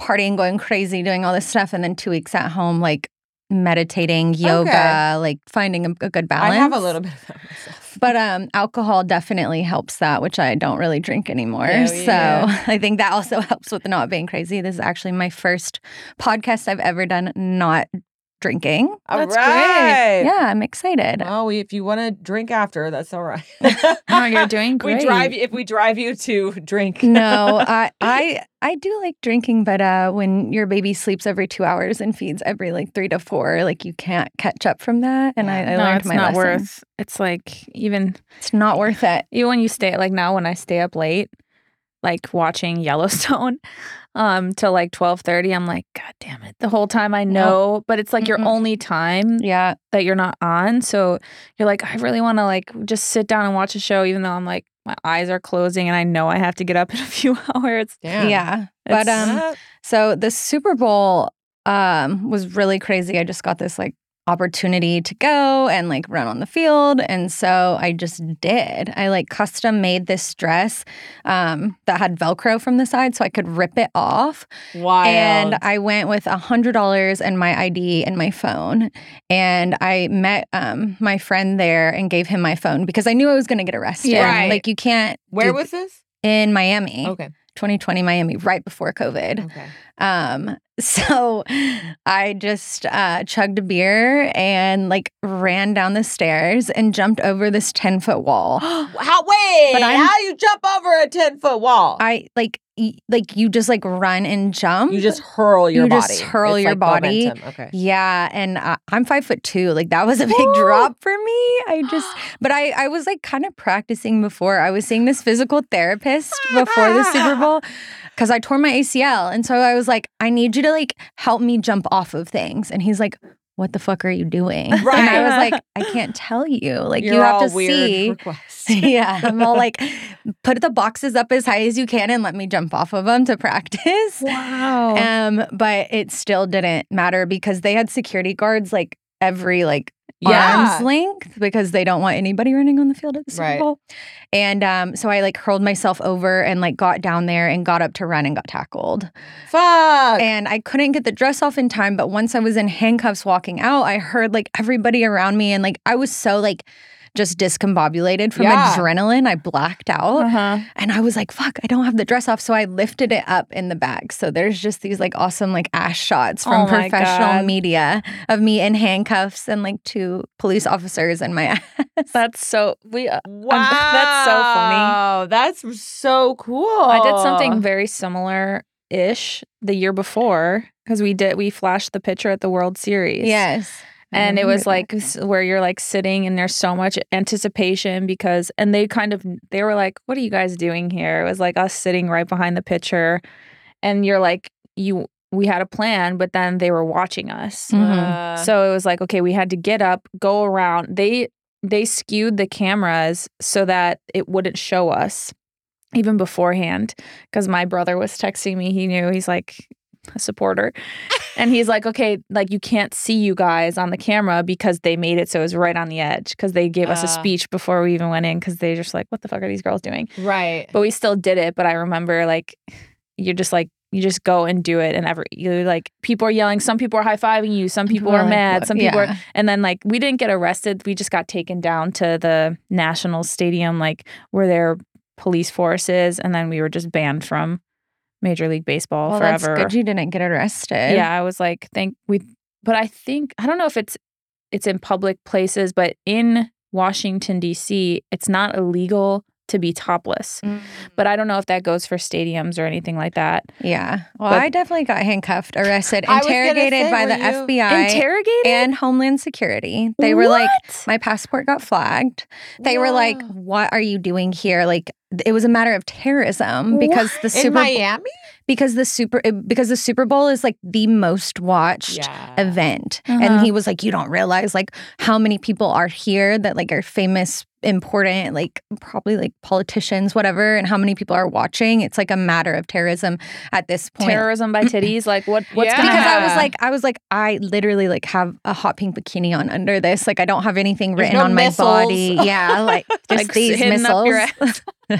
Speaker 1: partying, going crazy, doing all this stuff, and then two weeks at home, like meditating, yoga, like finding a, a good balance.
Speaker 4: I have a little bit of that myself.
Speaker 1: But um, alcohol definitely helps that, which I don't really drink anymore.
Speaker 4: Yeah,
Speaker 1: so
Speaker 4: yeah.
Speaker 1: [laughs] I think that also helps with not being crazy. This is actually my first podcast I've ever done not drinking.
Speaker 4: All
Speaker 3: That's great.
Speaker 1: Yeah, I'm excited.
Speaker 4: Well, we, if you want to drink after, that's all right.
Speaker 3: [laughs] [laughs] No, you're [laughs] doing
Speaker 4: we
Speaker 3: great.
Speaker 4: drive if we drive you to
Speaker 1: [laughs]
Speaker 4: drink.
Speaker 1: no,
Speaker 4: [laughs]
Speaker 1: I, I I do like drinking, but uh, when your baby sleeps every two hours and feeds every like three to four, like you can't catch up from that. And I, I
Speaker 3: no,
Speaker 1: learned
Speaker 3: it's
Speaker 1: my
Speaker 3: not
Speaker 1: lesson.
Speaker 3: worth. It's like even
Speaker 1: It's not worth it.
Speaker 3: Even when you stay like now when I stay up late, like watching [laughs] Yellowstone um till like twelve thirty, I'm like, God damn it. The whole time I know, but it's like your
Speaker 1: Mm-mm.
Speaker 3: only time
Speaker 1: Yeah,
Speaker 3: that you're not on. So you're like, I really wanna like just sit down and watch a show, even though I'm like my eyes are closing and I know I have to get up in a [laughs] few hours.
Speaker 1: yeah. But
Speaker 3: It's-
Speaker 1: um, So the Super Bowl um, was really crazy. I just got this like opportunity to go and like run on the field, and so I just did. I like custom made this dress um, that had Velcro from the side, so I could rip it off.
Speaker 4: wild.
Speaker 1: And I went with a hundred dollars and my ID and my phone, and I met um, my friend there and gave him my phone because I knew I was going to get arrested.
Speaker 3: Yeah.
Speaker 4: Right.
Speaker 1: Like you can't.
Speaker 4: Where
Speaker 1: do-
Speaker 4: was Oh. this?
Speaker 1: in Miami?
Speaker 4: Okay.
Speaker 1: 2020 Miami, right before COVID. [gasps]
Speaker 4: Okay.
Speaker 1: Um, [laughs] so I just uh, chugged a beer and like ran down the stairs and jumped over this 10 foot
Speaker 4: [gasps]
Speaker 1: wall.
Speaker 4: How wait?
Speaker 1: But I'm-
Speaker 4: how you jump over a ten foot wall?
Speaker 1: I like, y- like you just like run and jump.
Speaker 4: you just hurl your
Speaker 1: You
Speaker 4: body.
Speaker 1: just hurl your body.
Speaker 4: momentum. Okay.
Speaker 1: yeah, and uh, I'm five foot two. Like that was a big
Speaker 4: Woo!
Speaker 1: drop for me. I
Speaker 4: [gasps]
Speaker 1: just, [gasps] but I, I was like kind of practicing before. I was seeing this physical therapist before the
Speaker 4: [laughs]
Speaker 1: Super Bowl because I tore my ACL, and so I was like, I need you to like help me jump off of things. And he's like, What the fuck are you doing?
Speaker 4: [laughs]
Speaker 1: And I was like, I can't tell you. Like
Speaker 4: You're
Speaker 1: you have
Speaker 4: all
Speaker 1: to
Speaker 4: weird
Speaker 1: see.
Speaker 4: [laughs] requests.
Speaker 1: [laughs] yeah, I'm all like, put the boxes up as high as you can and let me jump off of them to practice.
Speaker 4: Oh.
Speaker 3: Wow.
Speaker 1: Um, but it still didn't matter because they had security guards like every like
Speaker 4: Yeah.
Speaker 1: arm's length because they don't want anybody running on the field at the Super
Speaker 4: Right.
Speaker 1: Bowl. And um, so I like hurled myself over and like got down there and got up to run and got tackled. [laughs]
Speaker 4: Fuck.
Speaker 1: And I couldn't get the dress off in time, but once I was in handcuffs walking out, I heard like everybody around me and like I was so like just discombobulated from
Speaker 4: Yeah.
Speaker 1: adrenaline. I blacked out.
Speaker 3: uh-huh.
Speaker 1: And I was like, fuck, I don't have the dress off. So I lifted it up in the bag. So there's just these like awesome like ass shots from
Speaker 3: Oh my
Speaker 1: professional
Speaker 3: God.
Speaker 1: media of me in handcuffs and like two police officers and my [laughs] ass.
Speaker 3: [laughs] That's so we uh,
Speaker 4: wow.
Speaker 3: that's so funny.
Speaker 4: That's so cool.
Speaker 3: I did something very similar ish the year before because we did we flashed the picture at the World Series.
Speaker 1: yes.
Speaker 3: and it was
Speaker 1: Remember
Speaker 3: like s- where you're like sitting and there's so much anticipation because and they kind of they were like what are you guys doing here it was like us sitting right behind the picture and you're like you we had a plan but then they were watching us
Speaker 1: Mhm.
Speaker 4: Uh,
Speaker 3: so it was like okay we had to get up go around they they skewed the cameras so that it wouldn't show us even beforehand because my brother was texting me he knew he's like a supporter and he's like okay like you can't see you guys on the camera because they made it so it was right on the edge because they gave us
Speaker 4: Ah.
Speaker 3: a speech before we even went in because they just like what the fuck are these girls doing
Speaker 4: right.
Speaker 3: but we still did it but i remember like you're just like you just go and do it and every you're like people are yelling some people are high-fiving you some people
Speaker 1: We're
Speaker 3: are
Speaker 1: like,
Speaker 3: mad
Speaker 1: what-
Speaker 3: some people
Speaker 1: yeah.
Speaker 3: are and then like we didn't get arrested we just got taken down to the national stadium like where their police force is and then we were just banned from Major League Baseball
Speaker 1: well,
Speaker 3: forever.
Speaker 1: that's good you didn't get arrested.
Speaker 3: Yeah, I was like, thank we, but I think I don't know if it's it's in public places, but in Washington D.C., it's not illegal to be topless.
Speaker 1: Mm.
Speaker 3: But I don't know if that goes for stadiums or anything like that.
Speaker 1: Yeah. Well,
Speaker 3: But-
Speaker 1: I definitely got handcuffed, arrested,
Speaker 4: I was gonna
Speaker 1: interrogated
Speaker 4: say,
Speaker 1: by
Speaker 4: were
Speaker 1: the
Speaker 4: you-
Speaker 1: FBI
Speaker 3: Interrogated?
Speaker 1: and Homeland Security. They were like, my passport got flagged. They were like,
Speaker 4: Whoa.
Speaker 1: what are you doing here? Like, th- it was a matter of terrorism because the
Speaker 4: in
Speaker 1: Super
Speaker 4: Miami.
Speaker 1: because the Super it- because the Super Bowl is like the most watched
Speaker 4: Yeah.
Speaker 1: event.
Speaker 3: Uh-huh.
Speaker 1: And he was like, You don't realize like how many people are here that like are famous, important, like probably like politicians, whatever, and how many people are watching. It's like a matter of terrorism at this point.
Speaker 3: terrorism by titties. like what? What's
Speaker 4: Yeah.
Speaker 3: gonna
Speaker 1: because I was
Speaker 3: happen?
Speaker 1: like, I was like, I literally like have a hot pink bikini on under this. Like, I don't have anything
Speaker 4: There's
Speaker 1: written
Speaker 4: no
Speaker 1: on
Speaker 4: missiles.
Speaker 1: my body.
Speaker 4: [laughs]
Speaker 1: Yeah, like just
Speaker 3: Like,
Speaker 1: these
Speaker 3: hidden up
Speaker 1: missiles,
Speaker 3: your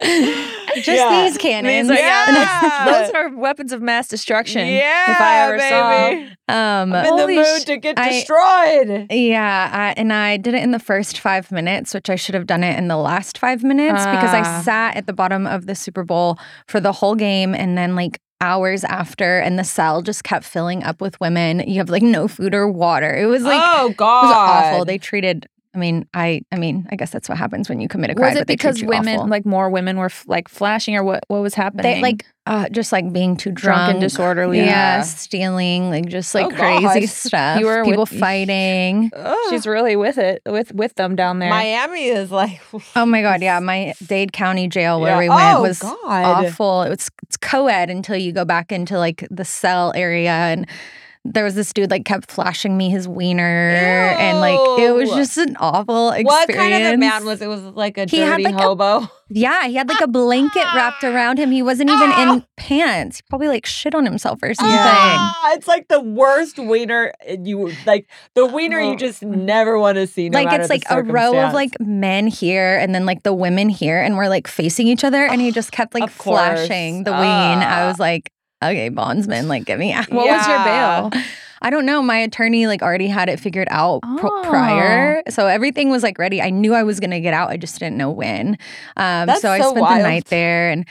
Speaker 1: [laughs] just these cannons.
Speaker 3: These are- [laughs]
Speaker 4: yeah.
Speaker 3: those are weapons of mass destruction.
Speaker 4: Yeah,
Speaker 3: if I ever
Speaker 4: baby.
Speaker 1: Um,
Speaker 4: I'm in the
Speaker 3: Holy
Speaker 4: mood
Speaker 3: sh-
Speaker 4: to get
Speaker 1: I-
Speaker 4: destroyed.
Speaker 1: Yeah, I, and I did it in the first five minutes, which I should have done it in the last five minutes because
Speaker 3: Ah.
Speaker 1: I sat at the bottom of the Super Bowl for the whole game and then like hours after, and the cell just kept filling up with women. You have like no food or water. It was like
Speaker 4: oh
Speaker 1: it
Speaker 4: God,
Speaker 1: was awful. They treated. I mean, I. I mean, I guess that's what happens when you commit a crime.
Speaker 3: was it
Speaker 1: but they treat
Speaker 3: because
Speaker 1: you
Speaker 3: women,
Speaker 1: awful.
Speaker 3: like more women, were f- like flashing, or what? What was happening?
Speaker 1: they like uh, just like being too
Speaker 3: drunk,
Speaker 1: drunk,
Speaker 3: and disorderly.
Speaker 1: Yeah,
Speaker 4: Yeah.
Speaker 1: stealing, like just like
Speaker 4: Oh, God.
Speaker 1: crazy stuff.
Speaker 3: You were with-
Speaker 1: people fighting.
Speaker 4: Ugh.
Speaker 3: She's really with it, with with them down there.
Speaker 4: Miami is like.
Speaker 1: Oh my god,
Speaker 4: [laughs]
Speaker 1: yeah, my Dade County Jail where
Speaker 4: Yeah.
Speaker 1: we went
Speaker 4: Oh,
Speaker 1: was
Speaker 4: God.
Speaker 1: awful. It was it's co-ed until you go back into like the cell area and there was this dude like kept flashing me his wiener and like it was
Speaker 4: Ew.
Speaker 1: just an awful experience.
Speaker 4: What kind of a man was it? Was it like a
Speaker 1: He had,
Speaker 4: dirty
Speaker 1: like, a-
Speaker 4: hobo?
Speaker 1: [laughs] Yeah, he had like a blanket wrapped around him. He wasn't even in pants. He probably like shit on himself or something.
Speaker 4: Ah, it's like the worst wiener eh, you like the wiener you just never want to see. No
Speaker 1: Oh. like
Speaker 4: matter
Speaker 1: it's
Speaker 4: the
Speaker 1: like a row of
Speaker 4: circumstance.
Speaker 1: like men here and then like the women here and we're like facing each other and
Speaker 4: [sighs]
Speaker 1: he just kept like
Speaker 4: Of course.
Speaker 1: flashing the ween
Speaker 4: Ah.
Speaker 1: i was like okay bondsman like get
Speaker 4: [laughs]
Speaker 1: me out
Speaker 3: what was your
Speaker 4: Yeah.
Speaker 3: bail?
Speaker 1: i don't know my attorney like already had it figured out pr-
Speaker 4: Ah.
Speaker 1: prior so everything was like ready i knew i was gonna get out i just didn't know when um
Speaker 4: That's
Speaker 1: so i
Speaker 4: so
Speaker 1: spent
Speaker 4: wild.
Speaker 1: the night there and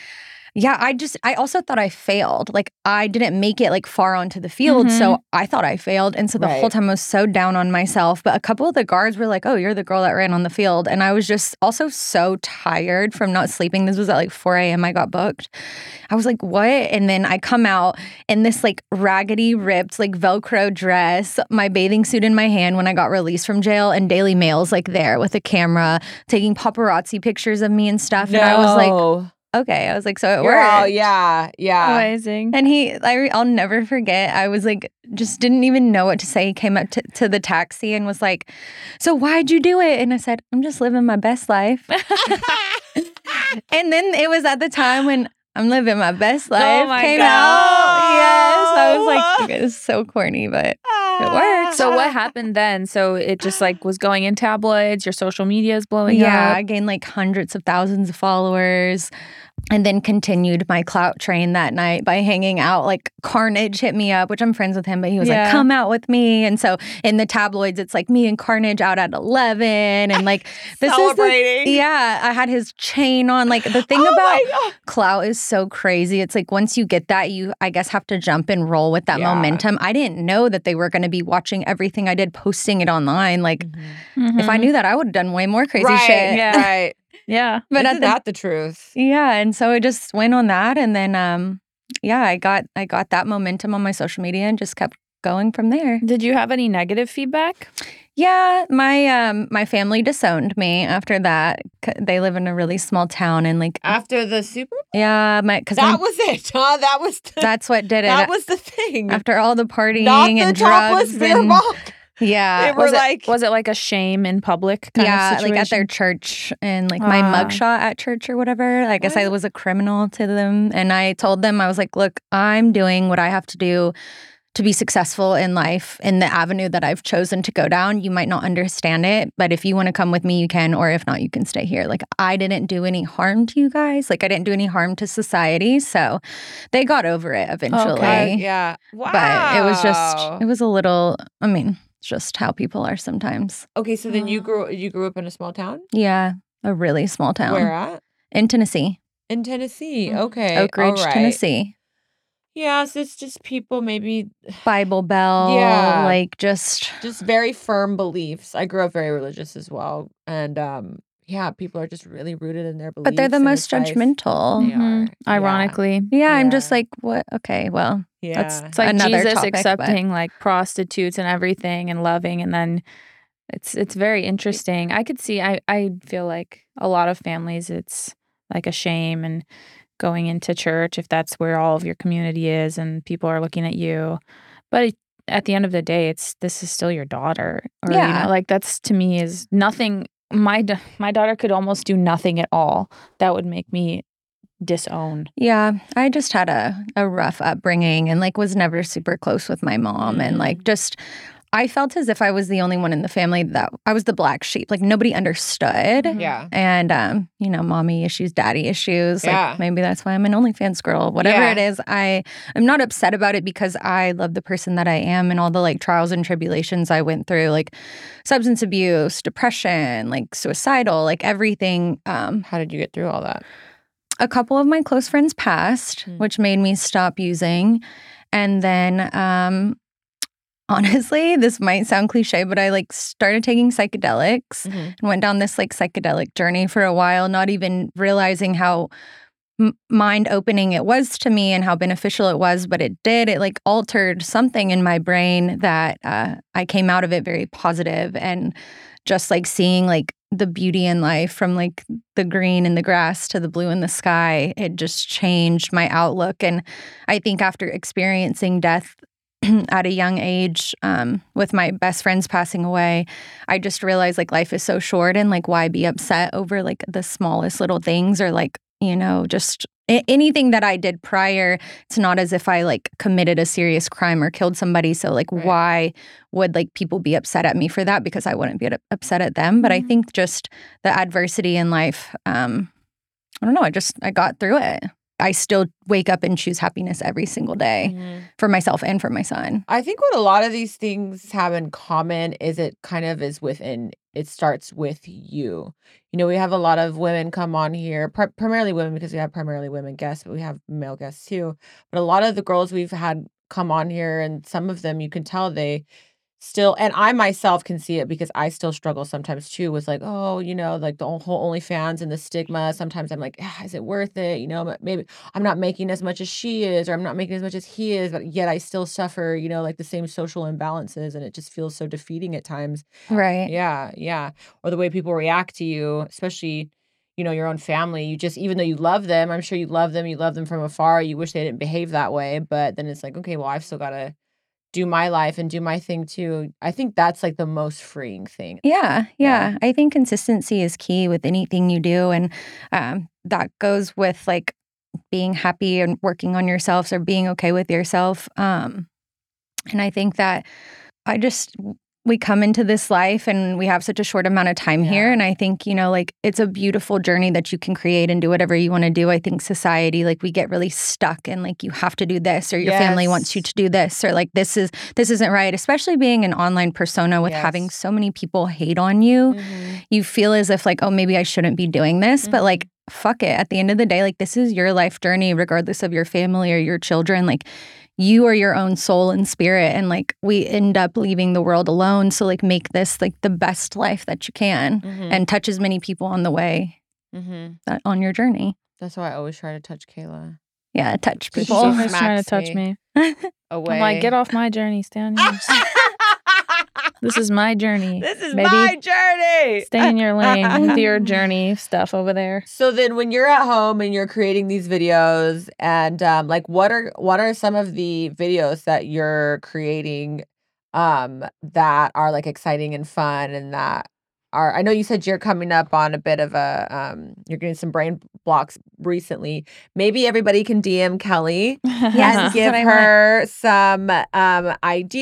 Speaker 1: yeah, I just I also thought I failed. Like I didn't make it like far onto the field,
Speaker 4: Mm-hmm.
Speaker 1: so I thought I failed. And so the whole
Speaker 4: Right.
Speaker 1: time I was so down on myself. But a couple of the guards were like, "Oh, you're the girl that ran on the field," and I was just also so tired from not sleeping. This was at like 4 a.m. I got booked. I was like, "What?" And then I come out in this like raggedy, ripped, like Velcro dress, my bathing suit in my hand when I got released from jail, and Daily Mail's like there with a camera taking paparazzi pictures of me and stuff. And I was like
Speaker 4: No.
Speaker 1: okay. I was like, so it
Speaker 4: You're all-
Speaker 1: worked.
Speaker 4: yeah,
Speaker 3: uh,
Speaker 4: yeah.
Speaker 3: Amazing.
Speaker 1: And he, I, re- I'll never forget. I was like, just didn't even know what to say. He came up to, to the taxi and was like, "So why'd you do it?" And I said, "I'm just living my best life."
Speaker 3: [laughs]
Speaker 1: [laughs] and then it was at the time when I'm living my best life
Speaker 3: Oh my
Speaker 1: came
Speaker 3: God.
Speaker 1: out. Yes, I was like, "You guys are so corny," but it works.
Speaker 4: Ah, [laughs]
Speaker 3: So what happened then? So it just like was going in tabloids. Your social media is blowing
Speaker 1: yeah,
Speaker 3: up.
Speaker 1: I gained like hundreds of thousands of followers and then continued my clout train that night by hanging out. Like Carnage hit me up, which I'm friends with him, but he was
Speaker 3: Yeah.
Speaker 1: like, come out with me. And so in the tabloids, it's like me and Carnage out at 11. And
Speaker 4: [laughs]
Speaker 1: like, this is. The,
Speaker 4: Celebrating.
Speaker 1: yeah, I had his chain on. Like, the thing
Speaker 4: Oh my
Speaker 1: about
Speaker 4: God.
Speaker 1: clout is so crazy. It's like once you get that, you I guess have to jump and roll with that
Speaker 4: Yeah.
Speaker 1: momentum. I didn't know that they were going to be watching everything I did, posting it online. Like
Speaker 4: Mm-hmm.
Speaker 1: if
Speaker 3: Mm-hmm.
Speaker 1: I knew that, I would have done way more crazy
Speaker 4: right,
Speaker 1: shit. [laughs]
Speaker 3: yeah.
Speaker 4: right.
Speaker 3: yeah.
Speaker 1: But
Speaker 4: Isn't
Speaker 1: at the,
Speaker 4: that the truth?
Speaker 1: yeah, and so it just went on that, and then um, yeah, I got I got that momentum on my social media and just kept going from there.
Speaker 3: Did you have any negative feedback?
Speaker 1: Yeah, my um my family disowned me after that. C- They live in a really small town, and like
Speaker 4: After the Super
Speaker 1: yeah, my because
Speaker 4: That was it, [laughs] huh? That was the,
Speaker 1: that's what did it.
Speaker 4: that was the thing.
Speaker 1: after all the partying
Speaker 4: Not the
Speaker 1: and
Speaker 4: topless
Speaker 1: drugs
Speaker 4: beer
Speaker 1: and uh,
Speaker 4: bong.
Speaker 1: [laughs] yeah,
Speaker 4: They were
Speaker 3: was
Speaker 4: like
Speaker 3: it, was it like a shame in public kind
Speaker 1: yeah,
Speaker 3: of
Speaker 1: like
Speaker 3: situation?
Speaker 1: at their church and like my
Speaker 3: Ah.
Speaker 1: mugshot at church or whatever. I guess I was a criminal to them. And I told them, I was like, look, I'm doing what I have to do to be successful in life in the avenue that I've chosen to go down. You might not understand it, but if you want to come with me, you can. Or if not, you can stay here. Like, I didn't do any harm to you guys. Like, I didn't do any harm to society. So they got over it eventually.
Speaker 4: Uh,
Speaker 3: Okay.
Speaker 4: yeah. Wow.
Speaker 1: But it was just, it was a little, I mean, it's just how people are sometimes.
Speaker 4: Okay, so
Speaker 1: [sighs]
Speaker 4: then you
Speaker 3: Oh.
Speaker 4: grew you grew up in a small town?
Speaker 1: Yeah, a really small town
Speaker 4: Where at?
Speaker 1: in Tennessee.
Speaker 4: In Tennessee.
Speaker 3: Mhm.
Speaker 4: Okay.
Speaker 1: Mm-hmm. Oak
Speaker 4: all
Speaker 1: Ridge,
Speaker 4: right.
Speaker 1: Tennessee.
Speaker 4: Yeah, so it's just people maybe
Speaker 1: Bible Bell,
Speaker 4: Yeah.
Speaker 1: like just
Speaker 4: just very firm beliefs. I grew up very religious as well. And um yeah, people are just really rooted in their beliefs.
Speaker 1: but they're the
Speaker 4: and
Speaker 1: most
Speaker 4: it's like-
Speaker 1: judgmental.
Speaker 4: They are, yeah.
Speaker 3: Mm-hmm. Ironically,
Speaker 1: Yeah, I'm just
Speaker 4: Yeah.
Speaker 1: like, what? Okay, well,
Speaker 4: Yeah.
Speaker 1: that's
Speaker 3: it's like
Speaker 1: another
Speaker 3: Jesus
Speaker 1: topic, but-
Speaker 3: accepting like prostitutes and everything and loving, and then it's it's very interesting. I could see. I I feel like a lot of families, it's like a shame and going into church if that's where all of your community is and people are looking at you, but. It, at the end of the day, it's this is still your daughter. Or, you
Speaker 1: Yeah.
Speaker 3: know, like that's to me is nothing. My da- my daughter could almost do nothing at all. That would make me disown.
Speaker 1: Yeah, I just had a, a rough upbringing and like was never super close with my mom. And
Speaker 4: Mm.
Speaker 1: like just, I felt as if I was the only one in the family that I was the black sheep. Like nobody understood.
Speaker 3: Mhm.
Speaker 4: yeah.
Speaker 1: And, um, you know, mommy issues, daddy issues. Like
Speaker 4: Yeah.
Speaker 1: maybe that's why I'm an OnlyFans girl. Whatever
Speaker 4: Yeah.
Speaker 1: it is, I, I'm not upset about it because I love the person that I am and all the like trials and tribulations I went through, like substance abuse, depression, like suicidal, like everything. Um,
Speaker 4: How did you get through all that?
Speaker 1: a couple of my close friends passed,
Speaker 4: Mm.
Speaker 1: which made me stop using. And then, um, [laughs] honestly, this might sound cliche, but I like started taking psychedelics and went down this like psychedelic journey for a while, not even realizing how m- mind opening it was to me and how beneficial it was. But it did, it like altered something in my brain that uh, I came out of it very positive and just like seeing like the beauty in life from like the green in the grass to the blue in the sky. It just changed my outlook. And I think after experiencing death, [clears throat] at a young age, um, with my best friends passing away, I just realized like life is so short and like why be upset over like the smallest little things or like, you know, just a- anything that I did prior. It's not as if I like committed a serious crime or killed somebody. So like
Speaker 4: Right.
Speaker 1: why would like people be upset at me for that? Because I wouldn't be up- upset at them. But I
Speaker 3: Mhm.
Speaker 1: think just the adversity in life, um, I don't know, I just I got through it. I still wake up and choose happiness every single day for myself and for my son.
Speaker 4: I think what a lot of these things have in common is it kind of is within, it starts with you. You know, we have a lot of women come on here, pri- primarily women because we have primarily women guests, but we have male guests too. But a lot of the girls we've had come on here, and some of them you can tell they still, and I myself can see it because I still struggle sometimes too with like, oh, you know, like the whole OnlyFans and the stigma. Sometimes I'm like, "Ah, is it worth it? You know, but maybe I'm not making as much as she is, or I'm not making as much as he is, but yet I still suffer, you know, like the same social imbalances, and it just feels so defeating at times.
Speaker 3: Eh.
Speaker 1: Right.
Speaker 4: Yeah, yeah. Or the way people react to you, especially, you know, your own family. You just, even though you love them, I'm sure you love them, you love them from afar, you wish they didn't behave that way, but then it's like, okay, well, I've still got to do my life and do my thing too. I think that's like the most freeing thing.
Speaker 1: Yeah,
Speaker 4: Yeah.
Speaker 1: yeah. I think consistency is key with anything you do. And um, that goes with like being happy and working on yourself or being okay with yourself. Um, and I think that I just, we come into this life and we have such a short amount of time here.
Speaker 4: Yeah.
Speaker 1: And I think, you know, like it's a beautiful journey that you can create and do whatever you want to do. I think society, like we get really stuck and like you have to do this or your family wants you
Speaker 4: Yes.
Speaker 1: to do this or like this is, this isn't right, especially being an online persona with having
Speaker 4: Yes.
Speaker 1: so many people hate on you
Speaker 4: Mm-hmm,
Speaker 1: you feel as if like oh maybe i shouldn't be doing this but like fuck it at the end of the day like this is your life journey regardless of your family or your children like you are your own soul and spirit and like we end up leaving the world alone so like make this like the best life that you can and touch as many people on the way
Speaker 4: mm-hmm.
Speaker 1: that, on your journey
Speaker 4: That's why I always try to touch Kayla.
Speaker 1: yeah touch
Speaker 4: Did
Speaker 3: She's
Speaker 4: she
Speaker 1: people
Speaker 4: just-
Speaker 3: always trying to touch
Speaker 4: smacks
Speaker 3: me.
Speaker 4: Away.
Speaker 3: I'm like, get
Speaker 4: [laughs]
Speaker 3: off my journey, Stan. this is my journey.
Speaker 4: This is
Speaker 3: Maybe
Speaker 4: my journey.
Speaker 3: Stay
Speaker 1: [laughs]
Speaker 3: in your lane
Speaker 4: [laughs]
Speaker 3: with your journey stuff over there.
Speaker 4: so then when you're at home and you're creating these videos and um, like what are what are some of the videos that you're creating um that are like exciting and fun and that are I know you said you're coming up on a bit of a um you're getting some brain blocks recently. Maybe everybody can DM Kelly
Speaker 3: [laughs]
Speaker 4: and
Speaker 1: Yes. this is
Speaker 4: give
Speaker 1: what I want.
Speaker 4: her some um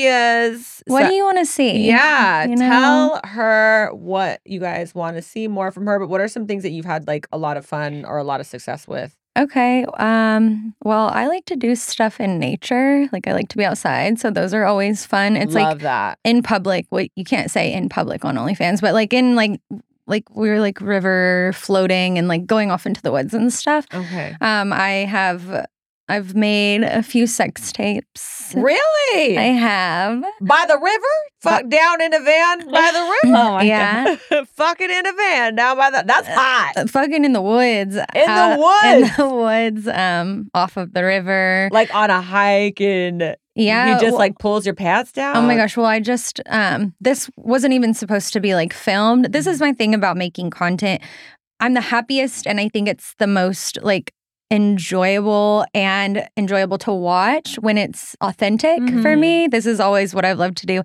Speaker 4: ideas.
Speaker 1: what
Speaker 4: so-
Speaker 1: do you want to see
Speaker 4: yeah,
Speaker 1: you know?
Speaker 4: tell her what you guys want to see more from her. But what are some things that you've had like a lot of fun or a lot of success with?
Speaker 1: Okay. Um, well, I like to do stuff in nature. Like I like to be outside, so those are always fun. It's like
Speaker 4: Love that.
Speaker 1: in public what you can't say in public on OnlyFans, but like in like like we were like river floating and like going off into the woods and stuff.
Speaker 4: Okay.
Speaker 1: Um, I have I've made a few sex tapes.
Speaker 4: [laughs] Really?
Speaker 1: I have.
Speaker 4: by the river? Fuck down in a van
Speaker 1: [laughs]
Speaker 4: by the river?
Speaker 3: Oh my
Speaker 1: yeah.
Speaker 4: Fucking in a van down by the. That's hot.
Speaker 1: Uh, Fucking in the woods. uh,
Speaker 4: In the
Speaker 1: In
Speaker 4: woods.
Speaker 1: the woods. Um, off of the [laughs] river.
Speaker 4: Like on a hike and
Speaker 1: Yeah.
Speaker 4: he just
Speaker 1: well-
Speaker 4: like pulls your pants down.
Speaker 1: Oh my gosh. Well, I just, um, this wasn't even supposed to be like filmed. This is my thing about making content. I'm the happiest, and I think it's the most like enjoyable and enjoyable to watch when it's authentic for
Speaker 3: Mhm.
Speaker 1: me. This is always what I've loved to do.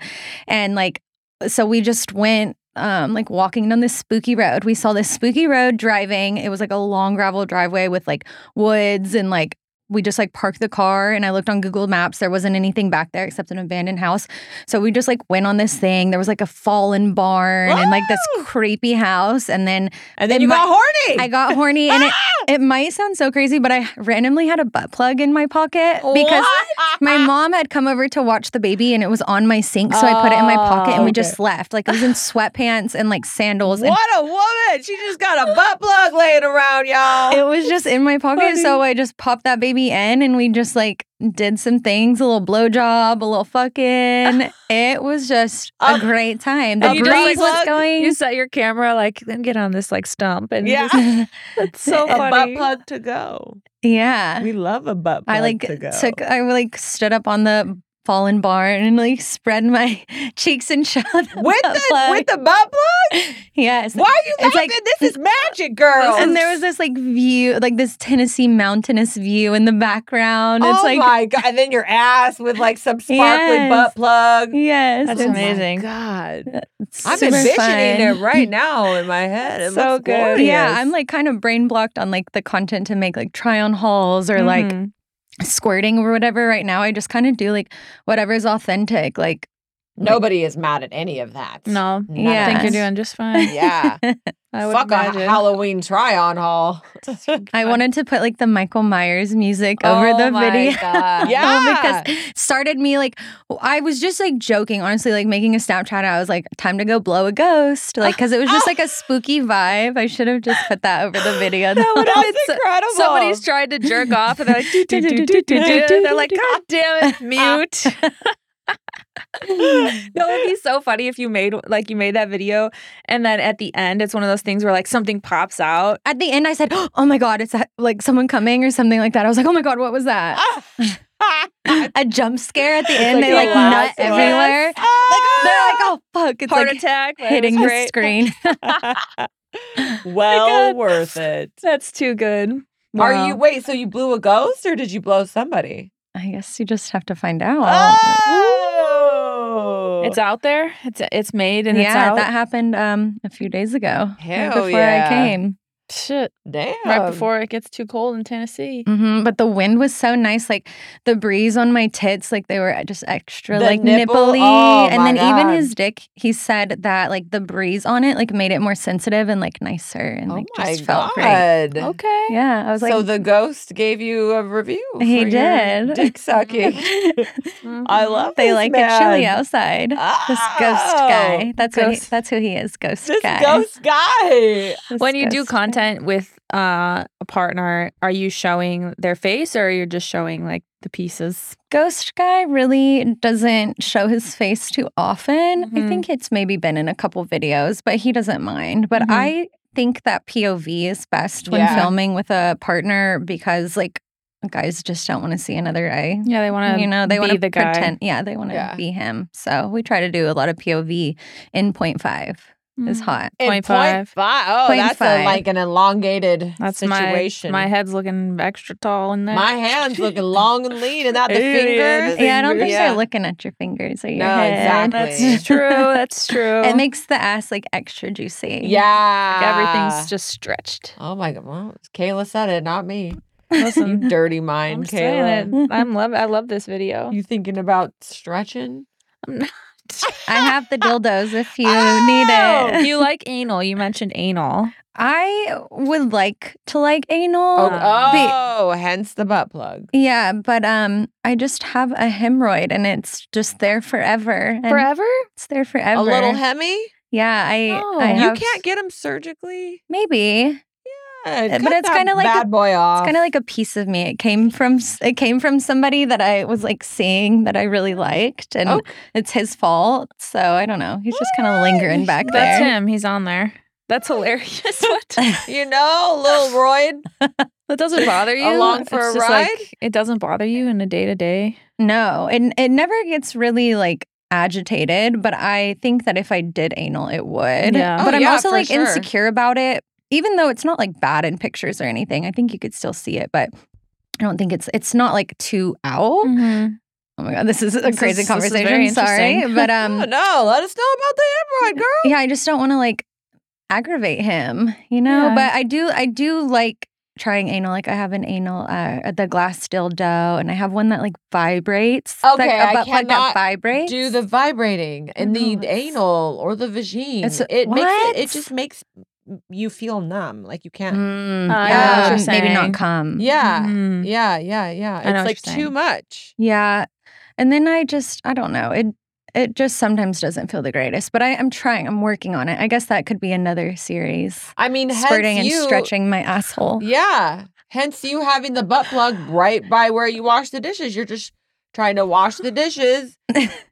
Speaker 1: And like, so we just went. Um, like walking down this spooky road. We saw this spooky road driving. It was like a long gravel driveway with like woods and like we just like parked the car and I looked on Google Maps. There wasn't anything back there except an abandoned house. So we just like went on this thing. There was like a fallen barn and like this
Speaker 4: Whoa!
Speaker 1: creepy house. And then
Speaker 4: And then
Speaker 1: It
Speaker 4: you
Speaker 1: might-
Speaker 4: got horny.
Speaker 1: I got horny and
Speaker 4: [laughs]
Speaker 1: it, it might sound so crazy, but I randomly had a butt plug in my pocket
Speaker 4: [laughs]
Speaker 1: because
Speaker 4: What? Ah.
Speaker 1: my mom had come over to watch the baby and it was on my sink. So I put it in my pocket and we
Speaker 3: Oh,
Speaker 1: just left. Like I
Speaker 4: [laughs]
Speaker 1: was in sweatpants and like sandals. And
Speaker 4: What a woman! She just got a butt plug laying around, y'all.
Speaker 1: it was just in my pocket. So I just popped that baby in and we just like did some things, a little blowjob, a little
Speaker 4: [laughs]
Speaker 1: fucking. it was just a
Speaker 4: Um,
Speaker 1: great time.
Speaker 4: and
Speaker 1: The
Speaker 4: you
Speaker 1: breeze
Speaker 4: just, like,
Speaker 1: was
Speaker 4: look-
Speaker 1: going.
Speaker 3: You set your camera like then get on this like stump and
Speaker 4: Yeah.
Speaker 3: just- [laughs] that's
Speaker 4: [laughs]
Speaker 3: so
Speaker 4: a butt
Speaker 3: funny.
Speaker 4: plug to go.
Speaker 1: yeah.
Speaker 4: We love a butt plug
Speaker 1: Uh, I like
Speaker 4: to go.
Speaker 1: took I like stood up on the fallen barn and like spread my [laughs] cheeks and [laughs] showed the
Speaker 4: [laughs] with
Speaker 1: butt
Speaker 4: the
Speaker 1: plug.
Speaker 4: with the butt plug.
Speaker 1: [laughs] yes.
Speaker 4: Why are you
Speaker 1: It's
Speaker 4: laughing?
Speaker 1: like-
Speaker 4: this is magic, girl.
Speaker 1: And there was this like view, like this Tennessee mountainous view in the background.
Speaker 4: oh
Speaker 1: it's like
Speaker 4: my god! And then your ass with like some sparkly
Speaker 1: Yes.
Speaker 4: butt plug.
Speaker 1: yes,
Speaker 3: That's
Speaker 1: it's-
Speaker 4: Oh my
Speaker 3: amazing.
Speaker 4: God,
Speaker 1: it's
Speaker 4: I'm
Speaker 1: super
Speaker 4: envisioning
Speaker 1: fun. [laughs]
Speaker 4: it right now in my head. It
Speaker 3: So
Speaker 4: looks
Speaker 3: good.
Speaker 4: glorious.
Speaker 1: Yeah, I'm like kind of brain blocked on like the content to make like try on hauls or like
Speaker 3: Mhm.
Speaker 1: squirting or whatever right now. I just kind of do like whatever is authentic. Like
Speaker 4: nobody is mad at any of that.
Speaker 3: no,
Speaker 4: None of
Speaker 1: Yeah.
Speaker 3: I think
Speaker 1: Yes.
Speaker 3: you're
Speaker 4: us.
Speaker 3: doing just
Speaker 1: [laughs]
Speaker 3: fine.
Speaker 4: Yeah,
Speaker 3: I would
Speaker 4: fuck a
Speaker 3: imagine. [laughs]
Speaker 4: Halloween try-on haul.
Speaker 1: I wanted to put like the Michael Myers music
Speaker 4: Oh
Speaker 3: Oh
Speaker 1: over the video. [laughs]
Speaker 3: [laughs]
Speaker 4: Yeah.
Speaker 1: because started me like I was just like joking honestly like making a Snapchat I was like time to go blow a ghost like because it was just like
Speaker 3: [laughs]
Speaker 1: a spooky vibe I should have just put [laughs] [laughs] that over the video
Speaker 3: That would have been
Speaker 4: That's
Speaker 3: so-
Speaker 4: incredible. [laughs]
Speaker 3: Somebody's tried to jerk off and they're like, do, do, do, do, do, do, do. they're like, God damn [laughs] it, mute.
Speaker 4: [laughs]
Speaker 3: no, it'd be so funny if you made like you made that video and then at the end it's one of those things where like something pops out.
Speaker 1: at the end I said oh my god it's that, like someone coming or something like that I was like oh my god what was that [laughs] a jump scare at the end
Speaker 4: like
Speaker 1: they like
Speaker 4: the
Speaker 1: nut
Speaker 4: last one.
Speaker 1: everywhere they're like oh fuck it's
Speaker 3: Heart
Speaker 1: like
Speaker 3: attack. that was
Speaker 1: hitting the
Speaker 3: great.
Speaker 4: [laughs]
Speaker 1: screen
Speaker 4: well
Speaker 3: God.
Speaker 4: worth it.
Speaker 3: That's too good.
Speaker 4: [laughs] Are you wait? So you blew a ghost, or did you blow somebody?
Speaker 1: I guess you just have to find out
Speaker 4: Ah! Oh,
Speaker 3: It's out there. It's it's made and it's
Speaker 1: yeah
Speaker 3: out.
Speaker 1: that happened um a few days ago right
Speaker 4: Hell
Speaker 1: before
Speaker 4: yeah.
Speaker 1: I came
Speaker 3: Shit.
Speaker 4: damn
Speaker 3: Right before it gets too cold in Tennessee.
Speaker 1: hmm But the wind was so nice, like the breeze on my tits, like they were just extra
Speaker 4: The
Speaker 1: like
Speaker 4: nipple?
Speaker 1: nipply.
Speaker 4: Oh,
Speaker 1: and
Speaker 4: my
Speaker 1: then
Speaker 4: God.
Speaker 1: even his dick, he said that like the breeze on it like made it more sensitive and like nicer and
Speaker 4: Oh
Speaker 1: like
Speaker 4: my
Speaker 1: just felt great.
Speaker 4: god!
Speaker 3: Okay.
Speaker 1: Yeah, I was like,
Speaker 4: so the ghost gave you a review.
Speaker 1: He
Speaker 4: for your
Speaker 1: did.
Speaker 4: dick sucking.
Speaker 3: Mm.
Speaker 4: I love.
Speaker 1: they
Speaker 4: this
Speaker 1: like
Speaker 4: man.
Speaker 1: it chilly outside.
Speaker 4: [laughs]
Speaker 1: This ghost guy.
Speaker 4: Oh,
Speaker 1: That's what he,
Speaker 3: ghost.
Speaker 1: that's who he is. Ghost
Speaker 4: This
Speaker 1: guy.
Speaker 4: ghost guy.
Speaker 1: This
Speaker 3: when you do
Speaker 1: ghost guy.
Speaker 3: content with uh, a partner, are you showing their face or you're just showing like the pieces?
Speaker 1: Ghost guy really doesn't show his face too often. I
Speaker 3: Mhm.
Speaker 1: think it's maybe been in a couple videos, but he doesn't mind. But
Speaker 3: Mhm.
Speaker 1: I think that POV is best when
Speaker 4: Yeah.
Speaker 1: filming with a partner because like guys just don't want to see another eye.
Speaker 3: Yeah, they want to.
Speaker 1: you know, they want
Speaker 3: be
Speaker 1: to
Speaker 3: the guy.
Speaker 1: pretend. Yeah, they want to
Speaker 4: Yeah.
Speaker 1: be him. So we try to do a lot of POV in point five is
Speaker 3: Mm. Mm-hmm.
Speaker 1: hot.
Speaker 4: And
Speaker 3: 0.5.
Speaker 4: five. Oh, that's a,
Speaker 1: 0.5
Speaker 4: like an elongated
Speaker 3: That's
Speaker 4: situation.
Speaker 3: my my head's looking extra tall in there.
Speaker 4: My hand's looking long and lean, and not the
Speaker 3: It is.
Speaker 4: fingers.
Speaker 1: Yeah, I don't think
Speaker 4: Yeah.
Speaker 1: they're looking at your fingers or your
Speaker 4: No,
Speaker 1: head.
Speaker 4: exactly.
Speaker 1: [laughs]
Speaker 3: That's true.
Speaker 4: [laughs]
Speaker 3: That's true.
Speaker 1: It makes the ass like extra juicy.
Speaker 4: Oh. Yeah,
Speaker 3: Like, everything's just stretched.
Speaker 4: Oh my god! Well, Kayla said it, not me. You
Speaker 3: Listen,
Speaker 4: dirty
Speaker 3: I'm,
Speaker 4: mind,
Speaker 3: just saying
Speaker 4: Kayla.
Speaker 3: it.
Speaker 4: [laughs]
Speaker 3: I'm love. I love this video.
Speaker 4: You thinking about stretching?
Speaker 1: I have the dildos if you
Speaker 4: [laughs] Oh,
Speaker 1: need it.
Speaker 3: you like anal? You mentioned anal.
Speaker 1: I would like to like
Speaker 4: Oh,
Speaker 1: anal.
Speaker 3: Um,
Speaker 4: oh, hence the butt plug.
Speaker 1: Yeah, but um I just have a hemorrhoid and it's just there forever. and
Speaker 3: Forever?
Speaker 1: It's there forever.
Speaker 4: A little hemi.
Speaker 1: Yeah, I, I
Speaker 3: No.
Speaker 4: You
Speaker 1: have-
Speaker 4: can't get them surgically.
Speaker 1: maybe.
Speaker 4: Yeah,
Speaker 1: Uh, But
Speaker 4: cut
Speaker 1: it's
Speaker 4: that
Speaker 1: kinda like
Speaker 4: bad
Speaker 1: a-
Speaker 4: boy off.
Speaker 1: It's kind of like a piece of me. It came from s- it came from somebody that I was like seeing that I really liked, and
Speaker 4: Okay.
Speaker 1: it's his fault. So I don't know. He's just kind of lingering back
Speaker 3: That's
Speaker 1: there.
Speaker 3: him. He's on there. That's hilarious. [laughs] what?
Speaker 4: you know, little Royd. [laughs]
Speaker 3: That doesn't bother you.
Speaker 4: Along for
Speaker 3: It's
Speaker 4: [laughs] a
Speaker 3: just
Speaker 4: ride?
Speaker 3: Like, it doesn't bother you in a day to day.
Speaker 1: No, and it never gets really like agitated. But I think that if I did anal, it would.
Speaker 3: Yeah.
Speaker 4: Oh,
Speaker 1: But I'm
Speaker 4: yeah,
Speaker 1: also
Speaker 4: for
Speaker 1: like
Speaker 4: sure.
Speaker 1: insecure about it, even though it's not like bad in pictures or anything. I think you could still see it, but. I don't think it's it's not like too out.
Speaker 4: Mm-hmm.
Speaker 1: Oh my god, this is a
Speaker 3: Mm. This
Speaker 1: crazy
Speaker 3: is- this is very
Speaker 1: conversation. Sorry,
Speaker 3: interesting.
Speaker 1: but
Speaker 4: Oh,
Speaker 1: um,
Speaker 4: no, let us know about the hemorrhoid, girl.
Speaker 1: yeah i just don't want to like aggravate him you know
Speaker 3: Yeah.
Speaker 1: but i do i do like trying anal like i have an anal uh the glass dildo and i have one that like vibrates that-
Speaker 4: Okay,
Speaker 1: a
Speaker 4: I
Speaker 1: butt plug
Speaker 4: cannot
Speaker 1: that vibrates
Speaker 4: Do the vibrating and
Speaker 1: No,
Speaker 4: the
Speaker 1: it's-
Speaker 4: anal or the vagine.
Speaker 1: It's-
Speaker 4: it makes it,
Speaker 1: what?
Speaker 4: it just makes you feel numb, like you can't.
Speaker 1: Mm,
Speaker 3: I
Speaker 4: know
Speaker 1: yeah,
Speaker 4: what you're
Speaker 1: maybe
Speaker 3: saying.
Speaker 1: not come
Speaker 4: Yeah,
Speaker 3: Mm-hmm.
Speaker 4: yeah, yeah, yeah.
Speaker 3: know what
Speaker 4: It's like
Speaker 3: you're saying.
Speaker 4: too much.
Speaker 1: yeah and then i just i don't know it it just sometimes doesn't feel the greatest but i am trying i'm working on it i guess that could be another series
Speaker 4: I mean, hence
Speaker 1: squirting and
Speaker 3: [laughs]
Speaker 4: you-
Speaker 1: stretching my asshole
Speaker 4: Yeah, hence you having the butt plug right by where you wash the dishes. You're just trying to wash the dishes